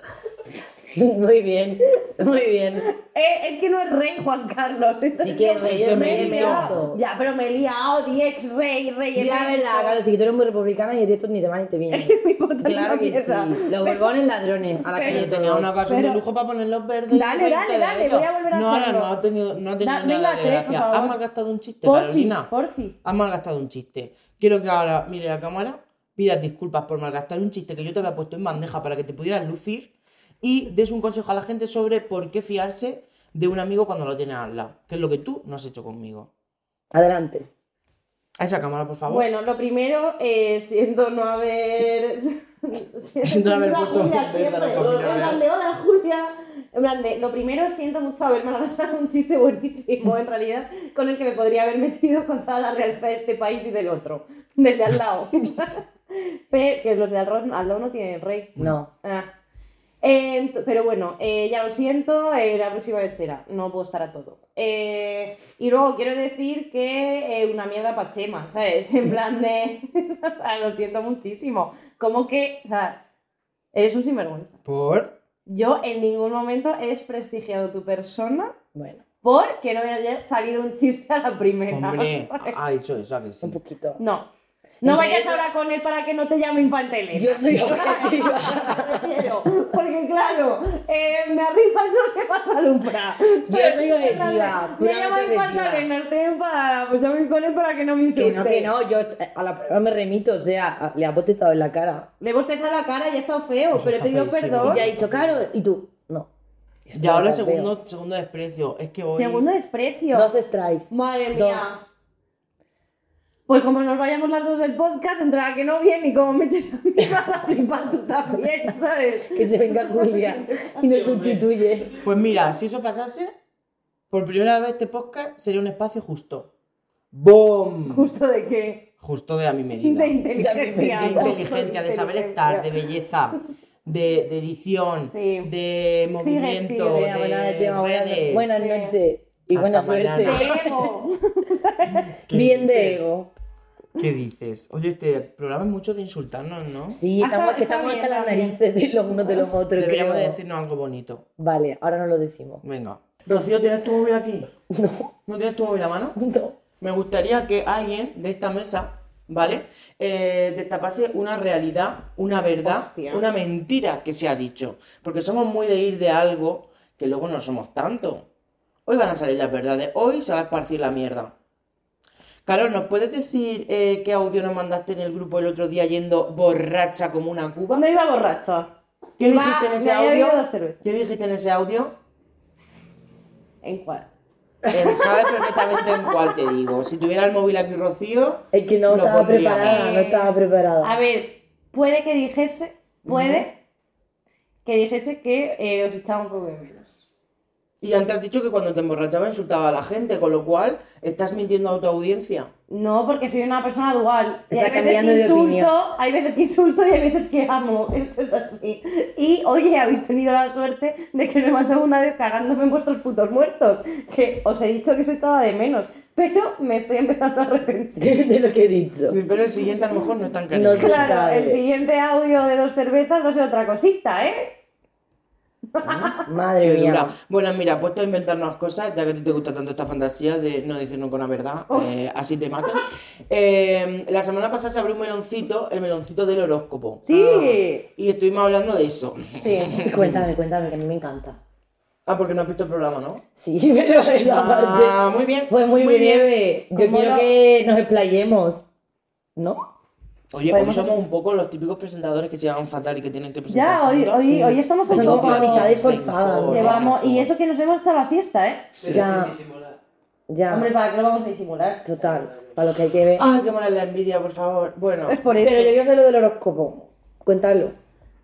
[SPEAKER 3] Muy bien, muy bien.
[SPEAKER 2] Eh, es que no es rey Juan Carlos.
[SPEAKER 3] Sí que es rey,
[SPEAKER 1] Se
[SPEAKER 3] es
[SPEAKER 1] me
[SPEAKER 3] rey
[SPEAKER 1] lió.
[SPEAKER 3] emérito.
[SPEAKER 2] Ya, pero me he liado, Diex, rey, rey,
[SPEAKER 3] Di la
[SPEAKER 2] emérito.
[SPEAKER 3] verdad, Carlos, si tú eres muy republicana y de esto ni te van ni te vienen.
[SPEAKER 2] Mi puta
[SPEAKER 3] Claro que
[SPEAKER 2] cabeza.
[SPEAKER 3] sí. Los borbones ladrones. A la
[SPEAKER 2] Pero-
[SPEAKER 3] calle
[SPEAKER 1] Yo tenía
[SPEAKER 3] todos.
[SPEAKER 1] una ocasión de
[SPEAKER 2] Pero-
[SPEAKER 1] lujo para poner los verdes. y
[SPEAKER 2] Dale,
[SPEAKER 1] reírte
[SPEAKER 2] dale,
[SPEAKER 1] de
[SPEAKER 2] dale,
[SPEAKER 1] ellos.
[SPEAKER 2] voy a volver a
[SPEAKER 1] No, ahora
[SPEAKER 2] hacerlo.
[SPEAKER 1] no ha tenido, no ha
[SPEAKER 2] Da-
[SPEAKER 1] tenido
[SPEAKER 2] venga,
[SPEAKER 1] nada de
[SPEAKER 2] tres, por
[SPEAKER 1] gracia.
[SPEAKER 2] favor.
[SPEAKER 1] Has malgastado un chiste,
[SPEAKER 2] Porfi,
[SPEAKER 1] Carolina.
[SPEAKER 2] porfi.
[SPEAKER 1] Has malgastado un chiste. Quiero que ahora mire la cámara, pidas disculpas por malgastar un chiste que yo te había puesto en bandeja para que te pudieras lucir y des un consejo a la gente sobre por qué fiarse de un amigo cuando lo tienes al lado, que es lo que tú no has hecho conmigo.
[SPEAKER 3] Adelante.
[SPEAKER 1] A esa cámara, por favor.
[SPEAKER 2] Bueno, lo primero, eh, siento no haber.
[SPEAKER 1] Siento no haber
[SPEAKER 2] Hola,
[SPEAKER 1] puesto
[SPEAKER 2] Julia,
[SPEAKER 1] un beso a la
[SPEAKER 2] siempre.
[SPEAKER 1] familia,
[SPEAKER 2] En plan de, hola Julia. En plan de, lo primero, siento mucho haber malgastado un chiste buenísimo, en realidad, con el que me podría haber metido con toda la realidad de este país y del otro, del de al lado. Pero, que los de al, ro- al lado no tienen rey.
[SPEAKER 3] No.
[SPEAKER 2] Ah. Eh, ent- pero bueno, eh, ya lo siento, eh, la próxima vez será, no puedo estar a todo. Eh, y luego quiero decir que eh, una mierda para Chema, ¿sabes? En plan de, o sea, lo siento muchísimo. Como que, o sea, eres un sinvergüenza.
[SPEAKER 1] Por.
[SPEAKER 2] Yo en ningún momento he desprestigiado tu persona
[SPEAKER 3] Bueno,
[SPEAKER 2] porque no me haya salido un chiste a la primera.
[SPEAKER 1] Hombre, ha dicho eso, ¿a que sí?
[SPEAKER 3] un poquito.
[SPEAKER 2] No. No
[SPEAKER 3] Entonces-
[SPEAKER 2] vayas ahora con él para que no te llame infantil.
[SPEAKER 3] Yo soy objetiva.
[SPEAKER 2] prefiero, porque claro, eh, me arriba el sol que vas a alumbrar.
[SPEAKER 3] Yo soy agresiva,
[SPEAKER 2] Me
[SPEAKER 3] puramente
[SPEAKER 2] llaman
[SPEAKER 3] agresiva.
[SPEAKER 2] Magdalena, estoy enfadada, pues llame con él para que no me insulte.
[SPEAKER 3] Que no, que no, yo eh, a la prueba me remito, o sea, a- le ha botezado en la cara.
[SPEAKER 2] Le he bostezado la cara y ha estado feo,
[SPEAKER 1] Eso
[SPEAKER 2] pero he
[SPEAKER 1] está
[SPEAKER 2] pedido
[SPEAKER 1] feísimo.
[SPEAKER 2] perdón.
[SPEAKER 3] Y te ha dicho, claro, y tú, no.
[SPEAKER 1] Y ahora el
[SPEAKER 3] Esto no lo veo.
[SPEAKER 1] segundo, segundo desprecio. Es que hoy.
[SPEAKER 2] Segundo desprecio.
[SPEAKER 3] Dos strikes.
[SPEAKER 2] Madre mía.
[SPEAKER 3] Dos.
[SPEAKER 2] Pues como nos vayamos las dos del podcast, entre la que no viene y como me eches a mí, vas a flipar tú también, ¿sabes?
[SPEAKER 3] Que se venga Julia y nos
[SPEAKER 6] Sí, hombre.
[SPEAKER 3] sustituye.
[SPEAKER 1] Pues mira, si eso pasase, por primera vez este podcast sería un espacio justo. ¡Bom!
[SPEAKER 2] Justo de que...
[SPEAKER 1] Justo de a mi medida.
[SPEAKER 2] De
[SPEAKER 1] de
[SPEAKER 2] inteligencia.
[SPEAKER 1] inteligencia, de saber estar, de belleza, de, de edición,
[SPEAKER 2] Sí.
[SPEAKER 1] de movimiento,
[SPEAKER 2] sigue,
[SPEAKER 3] Venga, buena-
[SPEAKER 1] de
[SPEAKER 3] lleva buena-
[SPEAKER 1] redes.
[SPEAKER 3] Buenas
[SPEAKER 2] Sí.
[SPEAKER 3] noches y
[SPEAKER 1] Hasta
[SPEAKER 3] buena suerte.
[SPEAKER 1] mañana.
[SPEAKER 2] Ego.
[SPEAKER 1] ¿Qué
[SPEAKER 3] Bien de
[SPEAKER 1] dices?
[SPEAKER 3] ego.
[SPEAKER 1] ¿Qué dices? Oye, este programa es mucho de insultarnos, ¿no?
[SPEAKER 3] Sí,
[SPEAKER 2] Ah,
[SPEAKER 3] estamos,
[SPEAKER 2] está-
[SPEAKER 3] que
[SPEAKER 2] está
[SPEAKER 3] estamos
[SPEAKER 2] bien,
[SPEAKER 3] hasta las
[SPEAKER 2] está bien.
[SPEAKER 3] narices de los unos de los otros.
[SPEAKER 1] Deberíamos de
[SPEAKER 3] creo.
[SPEAKER 1] decirnos algo bonito.
[SPEAKER 3] Vale, ahora no lo decimos.
[SPEAKER 1] Venga. Rocío, ¿tienes tu móvil aquí? No. ¿No tienes tu móvil a mano?
[SPEAKER 3] No.
[SPEAKER 1] Me gustaría que alguien de esta mesa, ¿vale? Eh, destapase una realidad, una verdad,
[SPEAKER 2] Hostia.
[SPEAKER 1] una mentira que se ha dicho. Porque somos muy de ir de algo que luego no somos tanto. Hoy van a salir las verdades, hoy se va a esparcir la mierda. Carol, ¿nos puedes decir eh, qué audio nos mandaste en el grupo el otro día yendo borracha como una cuba?
[SPEAKER 2] Me iba borracha.
[SPEAKER 1] ¿Qué
[SPEAKER 2] Iba-
[SPEAKER 1] dijiste en ese
[SPEAKER 2] me había
[SPEAKER 1] audio?
[SPEAKER 2] bebido dos cervezas.
[SPEAKER 1] ¿Qué dijiste en ese audio?
[SPEAKER 2] ¿En cuál?
[SPEAKER 1] Eh, sabes perfectamente en cuál te digo. Si tuviera el móvil aquí, Rocío.
[SPEAKER 3] Es que no
[SPEAKER 1] lo
[SPEAKER 3] estaba
[SPEAKER 1] pondríamos.
[SPEAKER 3] preparada, no estaba preparada.
[SPEAKER 2] A ver, puede que dijese, puede que dijese que eh, os echaba un poco de menos.
[SPEAKER 1] Y antes has dicho que cuando te emborrachaba insultaba a la gente, con lo cual estás mintiendo a tu audiencia.
[SPEAKER 2] No, porque soy una persona dual. Y
[SPEAKER 3] Está
[SPEAKER 2] hay veces
[SPEAKER 3] cambiando
[SPEAKER 2] que
[SPEAKER 3] de
[SPEAKER 2] insulto,
[SPEAKER 3] opinión.
[SPEAKER 2] hay veces que insulto y hay veces que amo. Esto es así. Y oye, habéis tenido la suerte de que me mandó una vez cagándome en vuestros putos muertos. Que os he dicho que os echaba de menos. Pero me estoy empezando a arrepentir.
[SPEAKER 3] de lo que he dicho.
[SPEAKER 1] Pero el siguiente a lo mejor no es tan cariñoso.
[SPEAKER 3] No,
[SPEAKER 2] Claro, el
[SPEAKER 3] Vale.
[SPEAKER 2] siguiente audio de dos cervezas va a ser otra cosita, ¿eh?
[SPEAKER 1] Qué
[SPEAKER 3] Madre mía.
[SPEAKER 1] dura. Bueno, mira, puesto a inventarnos cosas, ya que a ti te gusta tanto esta fantasía de no decir nunca una verdad, eh, así te matan. Eh, la semana pasada se abrió un meloncito, el meloncito del horóscopo.
[SPEAKER 3] Ah.
[SPEAKER 2] Sí.
[SPEAKER 1] Y estuvimos hablando de eso.
[SPEAKER 3] Sí, cuéntame, cuéntame, que a mí me encanta.
[SPEAKER 1] Ah, porque no has visto el programa, ¿no?
[SPEAKER 3] Sí, pero esa
[SPEAKER 1] Ah,
[SPEAKER 3] parte
[SPEAKER 1] muy bien.
[SPEAKER 3] fue muy, breve. Yo
[SPEAKER 2] ¿Cómo
[SPEAKER 3] quiero
[SPEAKER 2] lo-
[SPEAKER 3] que nos explayemos. ¿No?
[SPEAKER 1] Oye, hoy
[SPEAKER 2] Podemos
[SPEAKER 1] somos un poco los típicos presentadores que se llevan fatal y que tienen que presentar.
[SPEAKER 2] Ya, hoy,
[SPEAKER 1] juntos.
[SPEAKER 2] hoy, hoy estamos un
[SPEAKER 3] Son
[SPEAKER 2] poco...
[SPEAKER 3] como amistades forzadas.
[SPEAKER 2] Llevamos... Y eso que nos hemos estado la siesta, ¿eh?
[SPEAKER 1] Sí.
[SPEAKER 3] Ya.
[SPEAKER 6] sin disimular.
[SPEAKER 3] Ya.
[SPEAKER 2] Hombre, ¿para qué lo vamos a disimular?
[SPEAKER 3] Total, para lo que hay que ver.
[SPEAKER 1] Ay, qué mala es la envidia, por favor. Bueno,
[SPEAKER 2] Es por
[SPEAKER 3] Pero yo
[SPEAKER 2] eso.
[SPEAKER 3] quiero saber lo del horóscopo. Cuéntalo.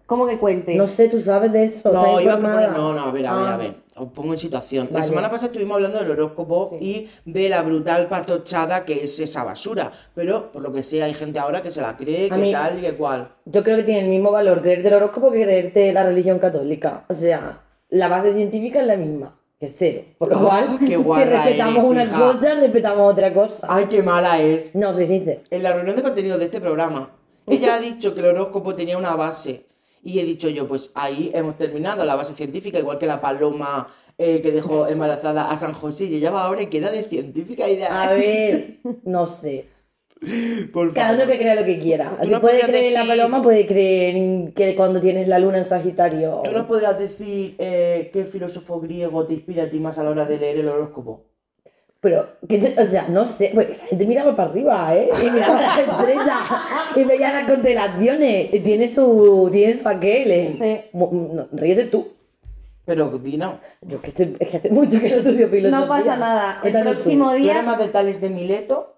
[SPEAKER 2] ¿Cómo que cuente?
[SPEAKER 3] No sé, tú sabes de eso.
[SPEAKER 1] no,
[SPEAKER 3] ¿Estás
[SPEAKER 1] iba a
[SPEAKER 3] informada?
[SPEAKER 1] proponer, no, no, a ver, a ver,
[SPEAKER 3] Ah.
[SPEAKER 1] a ver. Os pongo en situación. La
[SPEAKER 3] Vale.
[SPEAKER 1] semana pasada estuvimos hablando del horóscopo y de la brutal patochada que es esa basura. Pero, por lo que sea, hay gente ahora que se la cree,
[SPEAKER 3] A
[SPEAKER 1] que
[SPEAKER 3] mí-
[SPEAKER 1] tal y que cual.
[SPEAKER 3] Yo creo que tiene el mismo valor creerte el horóscopo que creerte la religión católica. O sea, la base científica es la misma, que es cero. Por lo
[SPEAKER 1] Ah,
[SPEAKER 3] cual,
[SPEAKER 1] qué guarra
[SPEAKER 3] si respetamos
[SPEAKER 1] eres,
[SPEAKER 3] una
[SPEAKER 1] hija.
[SPEAKER 3] cosa, respetamos otra cosa.
[SPEAKER 1] Ay, qué mala es.
[SPEAKER 3] No, soy sincera.
[SPEAKER 1] En la reunión de contenido de este programa, ella ha dicho que el horóscopo tenía una base. Y he dicho yo, pues ahí hemos terminado la base científica, igual que la paloma eh, que dejó embarazada a San José. Y ella va ahora y queda de científica y de...
[SPEAKER 3] A
[SPEAKER 2] Ah,
[SPEAKER 3] ver, no sé.
[SPEAKER 1] Por
[SPEAKER 3] Cada uno
[SPEAKER 1] favor.
[SPEAKER 3] que crea lo que quiera.
[SPEAKER 1] Tú
[SPEAKER 3] Si
[SPEAKER 1] no
[SPEAKER 3] puede
[SPEAKER 1] podías
[SPEAKER 3] creer en la
[SPEAKER 1] decir-
[SPEAKER 3] paloma, puede creer en que cuando tienes la luna en Sagitario.
[SPEAKER 1] ¿Tú nos podrás decir eh, qué filósofo griego te inspira a ti más a la hora de leer el horóscopo?
[SPEAKER 3] Pero, que te- o sea, no sé. Pues esa gente miraba para arriba, ¿eh? Y miraba las estrellas. Y veía las constelaciones. y Tiene su, tiene su aquel, ¿eh?
[SPEAKER 2] Sí.
[SPEAKER 3] Mo- no, ríete tú.
[SPEAKER 1] Pero, Dina,
[SPEAKER 3] Yo que este- es que hace mucho que no estudio filosofía.
[SPEAKER 2] No pasa nada. El
[SPEAKER 3] Cuéntame tú.
[SPEAKER 2] próximo
[SPEAKER 1] ¿tú eres
[SPEAKER 2] día...
[SPEAKER 1] más de Tales de Mileto?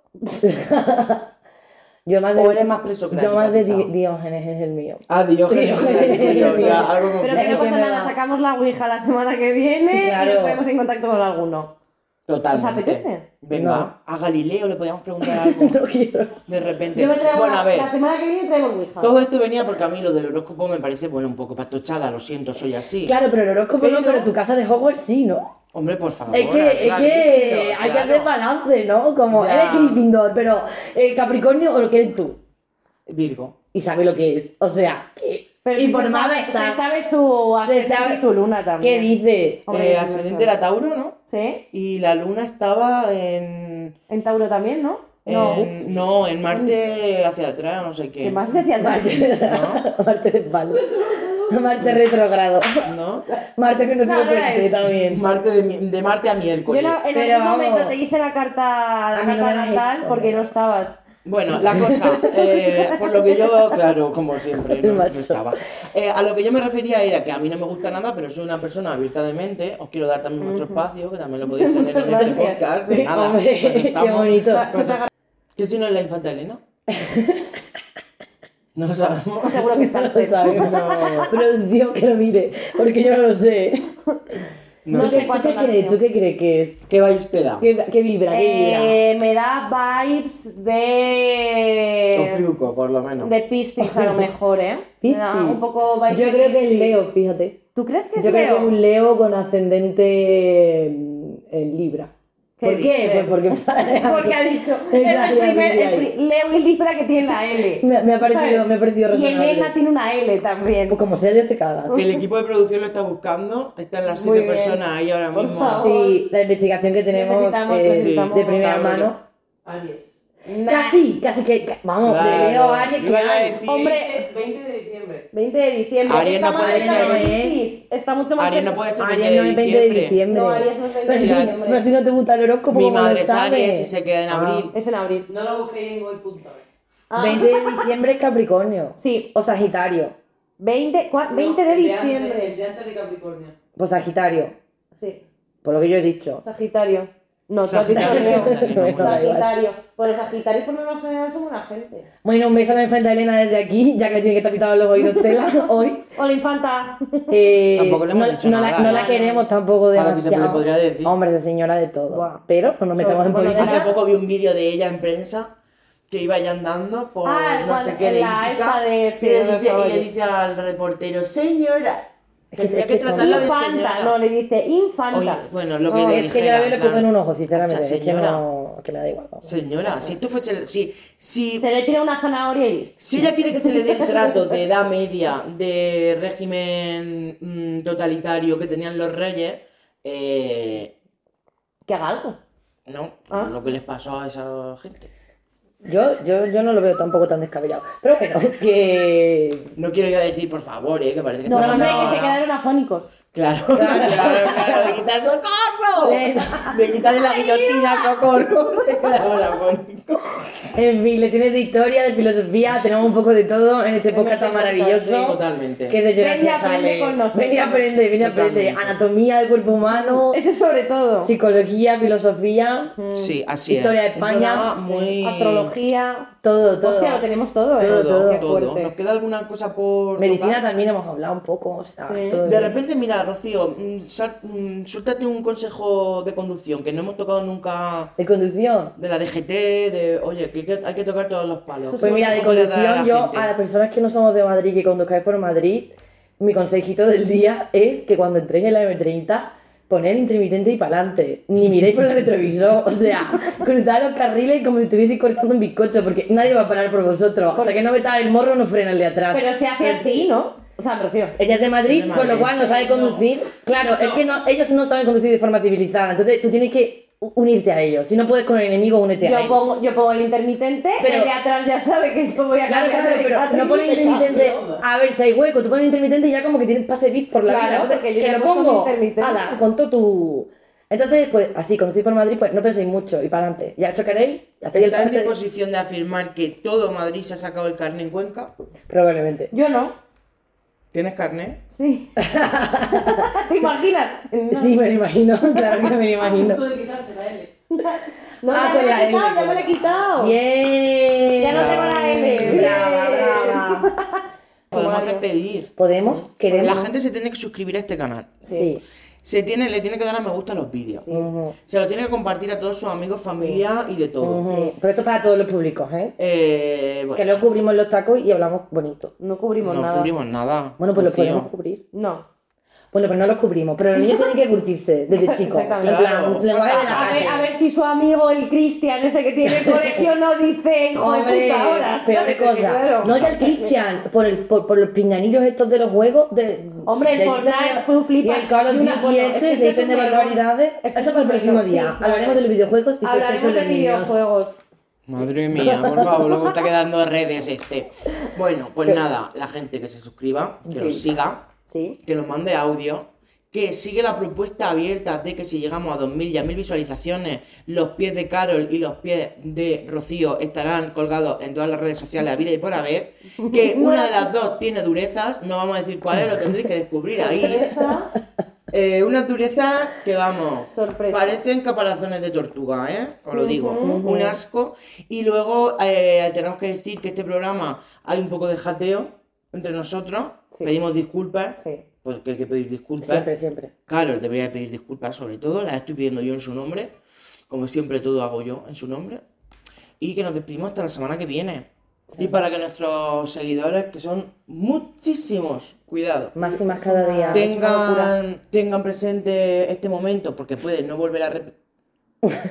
[SPEAKER 3] Yo más
[SPEAKER 1] O eres más presocrática,
[SPEAKER 3] Yo más de
[SPEAKER 1] quizá.
[SPEAKER 3] Di- Diógenes es el mío.
[SPEAKER 1] Ah, Diógenes, Diógenes, ya, algo como-
[SPEAKER 2] Pero que no
[SPEAKER 3] Es que
[SPEAKER 2] pasa
[SPEAKER 3] me
[SPEAKER 2] nada,
[SPEAKER 3] da-
[SPEAKER 2] sacamos la Ouija la semana que viene
[SPEAKER 3] Sí, claro.
[SPEAKER 2] y nos ponemos en contacto con alguno.
[SPEAKER 1] Totalmente.
[SPEAKER 2] ¿Os apetece?
[SPEAKER 1] Venga,
[SPEAKER 3] No.
[SPEAKER 1] a Galileo le podíamos preguntar algo.
[SPEAKER 3] No quiero.
[SPEAKER 1] De repente.
[SPEAKER 2] Yo me traigo
[SPEAKER 1] Bueno,
[SPEAKER 2] la,
[SPEAKER 1] a ver.
[SPEAKER 2] la semana que viene traigo Ouija.
[SPEAKER 1] Todo esto venía porque a mí lo del horóscopo me parece, bueno, un poco patochada, lo siento, soy así.
[SPEAKER 3] Claro, pero el horóscopo
[SPEAKER 1] Pero-
[SPEAKER 3] no, pero tu casa de Hogwarts sí, ¿no?
[SPEAKER 1] Hombre, por favor.
[SPEAKER 3] Es que, es
[SPEAKER 1] Adrián, ¿qué
[SPEAKER 3] que
[SPEAKER 1] dices?
[SPEAKER 3] hay que
[SPEAKER 1] Claro.
[SPEAKER 3] hacer balance, ¿no? Como,
[SPEAKER 1] Ya.
[SPEAKER 3] eres Gryffindor, pero eh, Capricornio o lo que eres tú.
[SPEAKER 1] Virgo. eh,
[SPEAKER 3] Y sabe lo que es. O sea, que
[SPEAKER 2] Pero si se,
[SPEAKER 3] informada
[SPEAKER 2] sabe,
[SPEAKER 3] está.
[SPEAKER 2] se sabe su ascendente y
[SPEAKER 3] sabe-
[SPEAKER 2] su luna también.
[SPEAKER 3] ¿Qué dice?
[SPEAKER 2] Hombre,
[SPEAKER 1] Eh,
[SPEAKER 2] no
[SPEAKER 1] ascendente
[SPEAKER 2] sabe.
[SPEAKER 1] era Tauro, ¿no?
[SPEAKER 2] ¿Sí?
[SPEAKER 1] Y la luna estaba en.
[SPEAKER 2] En Tauro también, ¿no?
[SPEAKER 3] Eh,
[SPEAKER 1] en- no, en Marte hacia atrás, no sé qué.
[SPEAKER 2] Que más decía Tauro.
[SPEAKER 3] Marte de palo. Marte retrogrado.
[SPEAKER 1] ¿No?
[SPEAKER 3] Marte que no
[SPEAKER 2] Claro,
[SPEAKER 3] tiene puente
[SPEAKER 2] es.
[SPEAKER 3] también.
[SPEAKER 1] Marte de, mi- de Marte a
[SPEAKER 2] Yo
[SPEAKER 1] miércoles.
[SPEAKER 2] en en
[SPEAKER 3] pues Pero
[SPEAKER 2] algún momento
[SPEAKER 3] vamos.
[SPEAKER 2] te hice la carta,
[SPEAKER 3] A
[SPEAKER 2] la
[SPEAKER 3] mí
[SPEAKER 2] carta
[SPEAKER 3] no me la has
[SPEAKER 2] natal
[SPEAKER 3] hecho,
[SPEAKER 2] porque
[SPEAKER 3] ¿no?
[SPEAKER 2] no estabas.
[SPEAKER 1] Bueno, la cosa, eh, por lo que yo, claro, como siempre, no, no estaba. Eh, a lo que yo me refería era que a mí no me gusta nada, pero soy una persona abierta de mente. Os quiero dar también vuestro espacio, que también lo podéis tener en este
[SPEAKER 2] gracias.
[SPEAKER 1] podcast. de nada,
[SPEAKER 3] Hombre,
[SPEAKER 1] pues
[SPEAKER 3] qué
[SPEAKER 1] estamos. pues,
[SPEAKER 3] bonito.
[SPEAKER 1] ¿Qué signo es la infanta Elena? No lo sabemos.
[SPEAKER 2] Seguro que estás.
[SPEAKER 3] No sabes, no. Producción que lo mire, porque yo no lo sé.
[SPEAKER 1] No
[SPEAKER 3] ¿Tú
[SPEAKER 1] sé.
[SPEAKER 3] qué-
[SPEAKER 2] cuánto
[SPEAKER 3] ¿Tú qué crees?
[SPEAKER 2] nació.
[SPEAKER 3] ¿Tú qué crees que es?
[SPEAKER 1] ¿Qué vais te da?
[SPEAKER 3] ¿Qué, qué vibra? ¿Qué vibra?
[SPEAKER 2] Eh, me da vibes
[SPEAKER 1] O
[SPEAKER 2] de.
[SPEAKER 1] Friuco, por lo menos.
[SPEAKER 2] de Piscis a lo mejor, ¿eh? Me da
[SPEAKER 3] Piscis.
[SPEAKER 2] un poco vibes
[SPEAKER 3] Yo
[SPEAKER 2] de
[SPEAKER 3] creo que es
[SPEAKER 2] Piscis.
[SPEAKER 3] Leo, fíjate.
[SPEAKER 2] ¿Tú crees que es
[SPEAKER 3] Yo creo
[SPEAKER 2] Leo?
[SPEAKER 3] que es un Leo con ascendente mm, en Libra.
[SPEAKER 2] ¿Qué
[SPEAKER 3] ¿Por qué?
[SPEAKER 2] dices?
[SPEAKER 3] Pues porque me sale.
[SPEAKER 2] Porque ha dicho. Es
[SPEAKER 3] Exacto,
[SPEAKER 2] el primer
[SPEAKER 3] ya
[SPEAKER 2] el
[SPEAKER 3] vi ahí.
[SPEAKER 2] pri- Leo y Libra que tiene la L.
[SPEAKER 3] Me- me ha parecido-
[SPEAKER 2] ¿Sabes?
[SPEAKER 3] me ha parecido
[SPEAKER 2] Y
[SPEAKER 3] razonable.
[SPEAKER 2] Elena tiene una L también.
[SPEAKER 3] Pues como sea, ya te cagas.
[SPEAKER 1] El equipo de producción lo está buscando. Están las siete
[SPEAKER 2] Muy bien.
[SPEAKER 1] personas ahí ahora
[SPEAKER 2] Por
[SPEAKER 1] mismo.
[SPEAKER 2] favor.
[SPEAKER 3] Sí, la investigación que tenemos
[SPEAKER 2] Necesitamos-
[SPEAKER 3] eh,
[SPEAKER 2] necesitamos-
[SPEAKER 3] de primera
[SPEAKER 1] Tabla.
[SPEAKER 3] mano.
[SPEAKER 6] Aries.
[SPEAKER 2] Nah.
[SPEAKER 3] Casi, casi que. ca- Vamos,
[SPEAKER 1] Claro.
[SPEAKER 3] de Leo a Aries,
[SPEAKER 1] Iba
[SPEAKER 3] que
[SPEAKER 1] a
[SPEAKER 3] hay.
[SPEAKER 1] decir-
[SPEAKER 2] Hombre,
[SPEAKER 6] 20, 20 de diciembre.
[SPEAKER 2] 20 de diciembre.
[SPEAKER 1] Ariel no
[SPEAKER 2] Está más
[SPEAKER 1] puede
[SPEAKER 2] cerca
[SPEAKER 1] ser.
[SPEAKER 2] de Piscis. Está mucho más
[SPEAKER 1] Aries no
[SPEAKER 2] cerca-
[SPEAKER 1] puede ser
[SPEAKER 3] Aries no es 20 de diciembre.
[SPEAKER 2] No, Aries no es 20 de
[SPEAKER 3] Pero si-
[SPEAKER 2] diciembre.
[SPEAKER 3] pero si no te gusta el horóscopo,
[SPEAKER 1] Mi
[SPEAKER 3] ¿cómo lo
[SPEAKER 1] madre es
[SPEAKER 3] sabes?
[SPEAKER 1] Aries y se queda
[SPEAKER 3] Ah.
[SPEAKER 1] en abril.
[SPEAKER 2] Es en abril.
[SPEAKER 6] No lo busquéis en hoy.es.
[SPEAKER 2] Ah.
[SPEAKER 3] 20 de diciembre es Capricornio.
[SPEAKER 2] Sí.
[SPEAKER 3] O Sagitario.
[SPEAKER 2] 20, cua- 20 de diciembre.
[SPEAKER 6] El de antes de Capricornio.
[SPEAKER 3] Pues Sagitario,
[SPEAKER 2] Sí.
[SPEAKER 3] por lo que yo he dicho.
[SPEAKER 2] Sagitario. No, tú has dicho
[SPEAKER 1] Sagitario.
[SPEAKER 2] Leo.
[SPEAKER 1] Sagitario.
[SPEAKER 3] da igual.
[SPEAKER 2] Sagitario. Bueno, Sagitario por lo menos general son buena gente.
[SPEAKER 3] Bueno, un beso a la infanta Elena desde aquí, ya que tiene que estar pitado los oídos tela hoy.
[SPEAKER 2] Hola, infanta.
[SPEAKER 3] Eh,
[SPEAKER 1] Tampoco le hemos
[SPEAKER 3] no,
[SPEAKER 1] dicho
[SPEAKER 3] no
[SPEAKER 1] nada,
[SPEAKER 3] La, no
[SPEAKER 1] ¿eh?
[SPEAKER 3] la queremos tampoco
[SPEAKER 1] Ahora que se
[SPEAKER 3] demasiado.
[SPEAKER 1] le podría decir.
[SPEAKER 3] Hombre, de señora de todo.
[SPEAKER 2] Buah.
[SPEAKER 3] Pero no nos metemos en
[SPEAKER 2] Bueno, de
[SPEAKER 3] política.
[SPEAKER 1] Hace
[SPEAKER 2] ¿Verdad?
[SPEAKER 1] poco vi un vídeo de ella en prensa que iba ya andando por
[SPEAKER 2] Ah,
[SPEAKER 1] no
[SPEAKER 2] cuando-
[SPEAKER 1] sé qué
[SPEAKER 2] en
[SPEAKER 1] de
[SPEAKER 2] la
[SPEAKER 1] hípica,
[SPEAKER 2] esta de- sí,
[SPEAKER 1] y, le
[SPEAKER 2] de los
[SPEAKER 1] dice, y le
[SPEAKER 2] caballos.
[SPEAKER 1] dice al reportero, señora,
[SPEAKER 3] Es
[SPEAKER 1] que
[SPEAKER 3] que-
[SPEAKER 1] tendría
[SPEAKER 3] es
[SPEAKER 1] que
[SPEAKER 3] que
[SPEAKER 1] tratarla de
[SPEAKER 2] Infanta,
[SPEAKER 1] señora.
[SPEAKER 2] no, le dice
[SPEAKER 1] Oye,
[SPEAKER 2] infanta.
[SPEAKER 1] bueno, lo que
[SPEAKER 3] No,
[SPEAKER 1] le
[SPEAKER 3] es que yo
[SPEAKER 1] dijera,
[SPEAKER 3] la veo le
[SPEAKER 1] claro.
[SPEAKER 3] pongo en un ojo, sinceramente.
[SPEAKER 1] Hacha,
[SPEAKER 3] Es que,
[SPEAKER 1] señora,
[SPEAKER 3] no, que me da igual. vamos.
[SPEAKER 1] señora, si esto fuese, si, si,
[SPEAKER 2] Se le tira una zanahoria y listo.
[SPEAKER 1] si ella quiere que se le dé el trato de edad media, de régimen mm, totalitario que tenían los reyes, eh,
[SPEAKER 2] Que haga algo.
[SPEAKER 1] no,
[SPEAKER 2] Ah.
[SPEAKER 1] lo que les pasó a esa gente.
[SPEAKER 3] Yo, yo, yo no lo veo tampoco tan descabellado. Pero bueno, que.
[SPEAKER 1] No quiero yo decir, por favor, eh, que parece que
[SPEAKER 2] No,
[SPEAKER 1] estamos
[SPEAKER 2] hombre, que
[SPEAKER 1] ahora-
[SPEAKER 2] se quedaron afónicos.
[SPEAKER 1] Claro, claro, claro, de quitar socorro. De quitarle la guillotina socorro. Se quedaron afónicos.
[SPEAKER 3] En fin, le tienes de historia, de filosofía, tenemos un poco de todo en este podcast tan maravilloso.
[SPEAKER 1] Totalmente.
[SPEAKER 3] Que de llorar
[SPEAKER 2] Ven y
[SPEAKER 3] se
[SPEAKER 2] aprende
[SPEAKER 3] sale.
[SPEAKER 2] con nosotros.
[SPEAKER 3] Ven y aprende, ven y aprende.
[SPEAKER 1] Totalmente.
[SPEAKER 3] Anatomía del cuerpo humano,
[SPEAKER 2] Eso sobre todo.
[SPEAKER 3] psicología, filosofía,
[SPEAKER 1] Sí, así
[SPEAKER 3] Historia de
[SPEAKER 1] es.
[SPEAKER 3] España,
[SPEAKER 1] Un programa muy...
[SPEAKER 2] Astrología.
[SPEAKER 3] todo, todo.
[SPEAKER 2] Hostia, lo tenemos todo, ¿eh?
[SPEAKER 1] Todo,
[SPEAKER 2] Qué
[SPEAKER 1] todo.
[SPEAKER 2] fuerte.
[SPEAKER 1] Nos queda alguna cosa por
[SPEAKER 3] Medicina
[SPEAKER 1] tocar?
[SPEAKER 3] también hemos hablado un poco, o sea,
[SPEAKER 2] Sí.
[SPEAKER 3] todo.
[SPEAKER 1] Eh, De repente, mira, Rocío, mm, sal- mm, suéltate un consejo de conducción que no hemos tocado nunca
[SPEAKER 3] De conducción.
[SPEAKER 1] de la DGT, de, oye, que hay que- hay que tocar todos los palos.
[SPEAKER 3] Pues mira, de
[SPEAKER 1] ¿Qué consejo le das a la
[SPEAKER 3] conducción, yo
[SPEAKER 1] gente?
[SPEAKER 3] a las personas que no somos de Madrid, que conduzcáis por Madrid, mi consejito del día es que cuando entréis en la M30, poner intermitente y pa'lante. Ni miréis por el retrovisor, o sea, cruzad los carriles como si estuvieseis cortando un bizcocho, porque nadie va a parar por vosotros. Hasta que no metáis el morro, no frena el de atrás.
[SPEAKER 2] Pero se hace
[SPEAKER 3] Sí,
[SPEAKER 2] así, ¿no? O sea, me refiero.
[SPEAKER 3] Ella es de Madrid,
[SPEAKER 1] Es de
[SPEAKER 3] con lo
[SPEAKER 1] Madrid.
[SPEAKER 3] cual no sabe conducir. Claro, es que no, ellos no saben conducir de forma civilizada. Entonces tú tienes que u- unirte a ellos. Si no puedes con el enemigo, únete a
[SPEAKER 2] Yo
[SPEAKER 3] él.
[SPEAKER 2] pongo, yo pongo el intermitente,
[SPEAKER 3] Pero-
[SPEAKER 2] el de atrás ya sabe que yo voy a
[SPEAKER 3] Claro,
[SPEAKER 2] cambiar
[SPEAKER 3] claro,
[SPEAKER 2] de
[SPEAKER 3] pero
[SPEAKER 2] carril.
[SPEAKER 3] no pones intermitente. A ver si hay hueco. Tú pones intermitente y ya como que tienes pase VIP por la
[SPEAKER 2] Claro,
[SPEAKER 3] vida. Entonces,
[SPEAKER 2] porque yo
[SPEAKER 3] que
[SPEAKER 2] ya he
[SPEAKER 3] lo
[SPEAKER 2] puesto mi
[SPEAKER 3] pongo.
[SPEAKER 2] intermitente.
[SPEAKER 3] Ala, con todo tu. Entonces, pues así, conducir por Madrid, pues no penséis mucho y para adelante. Ya chocaréis, hacéis el
[SPEAKER 1] ¿Está en
[SPEAKER 3] puente.
[SPEAKER 1] disposición de afirmar que todo Madrid se ha sacado el carnet en Cuenca?
[SPEAKER 3] Probablemente.
[SPEAKER 2] Yo no.
[SPEAKER 1] ¿Tienes carnet?
[SPEAKER 2] Sí. ¿Te imaginas? No.
[SPEAKER 3] Sí, me lo imagino, claro que me lo imagino.
[SPEAKER 6] Punto de quitarse la L.
[SPEAKER 2] No,
[SPEAKER 3] Ah,
[SPEAKER 2] ya
[SPEAKER 3] con
[SPEAKER 2] me la
[SPEAKER 3] la
[SPEAKER 2] he quitado,
[SPEAKER 3] L.
[SPEAKER 2] ya me la he quitado. Ya
[SPEAKER 3] Bien.
[SPEAKER 2] no tengo la L.
[SPEAKER 3] Brava, brava.
[SPEAKER 1] Podemos
[SPEAKER 2] Mario.
[SPEAKER 1] despedir.
[SPEAKER 3] ¿Podemos? ¿Queremos?
[SPEAKER 1] La gente se tiene que suscribir a este canal.
[SPEAKER 3] Sí.
[SPEAKER 1] Se tiene, le tiene que dar a me gusta a los vídeos.
[SPEAKER 3] Ujú,
[SPEAKER 1] Se lo tiene que compartir a todos sus amigos, familia y de todo.
[SPEAKER 3] ujú. Pero esto es para todos los públicos, ¿eh?
[SPEAKER 1] Eh, bueno,
[SPEAKER 3] Que no cubrimos los tacos y hablamos bonito.
[SPEAKER 2] No cubrimos
[SPEAKER 1] no
[SPEAKER 2] nada.
[SPEAKER 1] cubrimos nada.
[SPEAKER 3] Bueno, pues los
[SPEAKER 1] Rocío.
[SPEAKER 3] podemos cubrir.
[SPEAKER 2] No.
[SPEAKER 3] Bueno, pero no los cubrimos. Pero los niños tienen que curtirse desde chicos. En
[SPEAKER 2] Exactamente.
[SPEAKER 3] plan,
[SPEAKER 1] Claro,
[SPEAKER 3] lenguaje de la
[SPEAKER 2] A ver,
[SPEAKER 3] calle.
[SPEAKER 2] a ver si su amigo, el Cristian, ese que tiene colegio, no dice hijo de
[SPEAKER 3] Hombre,
[SPEAKER 2] puta ahora.
[SPEAKER 3] pero
[SPEAKER 2] ¿sabes?
[SPEAKER 3] qué cosa.
[SPEAKER 2] Claro.
[SPEAKER 3] No ya el Cristian, por, el, por, por los pinganillos estos de los juegos. De,
[SPEAKER 2] Hombre, el
[SPEAKER 3] de-
[SPEAKER 2] Fortnite fue un flipa.
[SPEAKER 3] Y el Call of
[SPEAKER 2] Y una-
[SPEAKER 3] Duty
[SPEAKER 2] bueno, es que
[SPEAKER 3] ese, se
[SPEAKER 2] esto es
[SPEAKER 3] dicen de
[SPEAKER 2] un melón.
[SPEAKER 3] barbaridades.
[SPEAKER 2] Es que
[SPEAKER 3] Eso
[SPEAKER 2] esto
[SPEAKER 3] para el
[SPEAKER 2] es un
[SPEAKER 3] próximo
[SPEAKER 2] melón, sí,
[SPEAKER 3] día.
[SPEAKER 2] vale.
[SPEAKER 3] Hablaremos de los videojuegos y su efecto
[SPEAKER 2] Hablaremos
[SPEAKER 3] en
[SPEAKER 2] de
[SPEAKER 3] los niños.
[SPEAKER 2] videojuegos.
[SPEAKER 1] Madre mía, por favor, luego está quedando en redes este. Bueno, pues nada, la gente que se suscriba, que nos siga,
[SPEAKER 2] Sí.
[SPEAKER 1] que nos mande audio, que sigue la propuesta abierta de que si llegamos a 2000 y a 1000 visualizaciones, los pies de Carol y los pies de Rocío estarán colgados en todas las redes sociales a vida y por haber, que una de las dos tiene durezas, no vamos a decir cuál es, lo tendréis que descubrir ahí.
[SPEAKER 2] Esa,
[SPEAKER 1] Eh, una dureza que vamos.
[SPEAKER 2] Sorpresa.
[SPEAKER 1] Parecen caparazones de tortuga, ¿eh? Os lo digo. Un asco. Y luego eh, tenemos que decir que este programa hay un poco de jateo entre nosotros.
[SPEAKER 2] Sí.
[SPEAKER 1] Pedimos disculpas.
[SPEAKER 2] sí.
[SPEAKER 1] Porque hay que pedir disculpas.
[SPEAKER 3] Siempre, siempre.
[SPEAKER 1] Carol debería pedir disculpas sobre todo, las estoy pidiendo yo en su nombre, como siempre todo hago yo en su nombre, y que nos despedimos hasta la semana que viene. Y para que nuestros seguidores, que son muchísimos, cuidado,
[SPEAKER 3] Más y más cada día.
[SPEAKER 1] tengan, tengan presente este momento, porque puede no volver a repetir.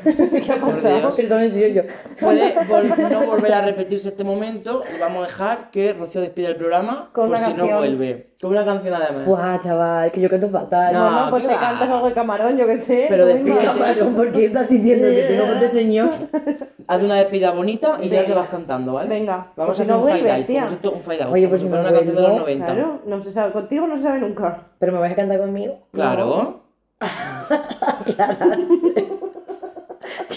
[SPEAKER 3] Vamos, perdón, en serio, yo.
[SPEAKER 1] Puede vol- no volver a repetirse este momento y vamos a dejar que Rocío despida el programa
[SPEAKER 2] Con
[SPEAKER 1] por
[SPEAKER 2] una
[SPEAKER 1] si no
[SPEAKER 2] canción.
[SPEAKER 1] vuelve. Con una canción además.
[SPEAKER 3] Guau, chaval, que yo canto fatal.
[SPEAKER 1] No,
[SPEAKER 2] Bueno, pues
[SPEAKER 1] ¿qué
[SPEAKER 2] te
[SPEAKER 1] va?
[SPEAKER 2] cantas algo de camarón, yo qué sé.
[SPEAKER 1] Pero
[SPEAKER 2] tú
[SPEAKER 1] despide.
[SPEAKER 2] misma.
[SPEAKER 3] Camarón, ¿por qué estás diciendo que tengo con este señor?
[SPEAKER 1] Haz una despedida bonita y ya te vas cantando, ¿vale?
[SPEAKER 2] Venga.
[SPEAKER 1] Vamos
[SPEAKER 2] Pues si
[SPEAKER 1] a hacer
[SPEAKER 2] no
[SPEAKER 1] un fade
[SPEAKER 2] vuelves,
[SPEAKER 1] out.
[SPEAKER 2] tía.
[SPEAKER 1] como si esto- un fade out.
[SPEAKER 3] Oye,
[SPEAKER 1] como
[SPEAKER 3] pues
[SPEAKER 1] si
[SPEAKER 3] si
[SPEAKER 1] fuera
[SPEAKER 3] no
[SPEAKER 1] una canción de los
[SPEAKER 3] vuelvo,
[SPEAKER 1] 90.
[SPEAKER 2] Claro, no se sabe, contigo no se sabe nunca.
[SPEAKER 3] ¿Pero me vas a cantar conmigo?
[SPEAKER 1] Claro.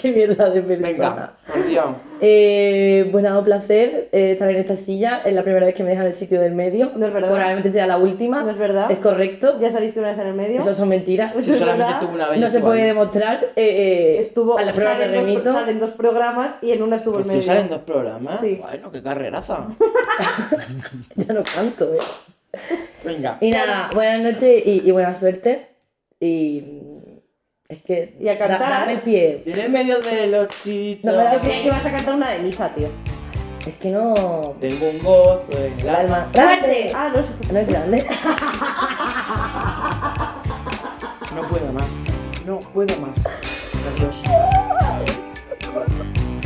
[SPEAKER 3] Qué mierda de persona.
[SPEAKER 1] Venga, por Dios.
[SPEAKER 3] Eh, pues nada, un placer eh, estar en esta silla. Es la primera vez que me dejan el sitio del medio.
[SPEAKER 2] No es verdad.
[SPEAKER 3] Probablemente sea la última.
[SPEAKER 2] No es verdad.
[SPEAKER 3] Ah, Es correcto.
[SPEAKER 2] Ya saliste una vez en el medio.
[SPEAKER 3] Eso son mentiras.
[SPEAKER 1] Yo solamente
[SPEAKER 2] verdad?
[SPEAKER 1] estuve una vez.
[SPEAKER 3] No se
[SPEAKER 1] tú ahí.
[SPEAKER 3] puede demostrar. eh, eh,
[SPEAKER 2] Estuvo,
[SPEAKER 3] a la prueba me
[SPEAKER 2] salen,
[SPEAKER 3] remito.
[SPEAKER 2] dos, salen dos programas y en una estuvo el
[SPEAKER 1] Rocío
[SPEAKER 2] medio.
[SPEAKER 1] Pues sale en dos programas.
[SPEAKER 2] Sí.
[SPEAKER 1] Bueno, qué carreraza.
[SPEAKER 3] Ya no canto. eh.
[SPEAKER 1] Venga.
[SPEAKER 3] Y nada, buenas noches y, y buena suerte. Y. mm, Es que.
[SPEAKER 2] Y a
[SPEAKER 3] da-
[SPEAKER 2] cantar.
[SPEAKER 3] dame el pie.
[SPEAKER 1] Tiene en medio de los chichos.
[SPEAKER 3] No me
[SPEAKER 2] Yo creía que vas a cantar una de misa, tío.
[SPEAKER 3] Es que no.
[SPEAKER 1] Tengo un gozo en el
[SPEAKER 3] El
[SPEAKER 1] alma.
[SPEAKER 3] alma. ¡Fuerte!
[SPEAKER 2] Ah, no.
[SPEAKER 3] No es grande.
[SPEAKER 1] No puedo más. No puedo más. Adiós.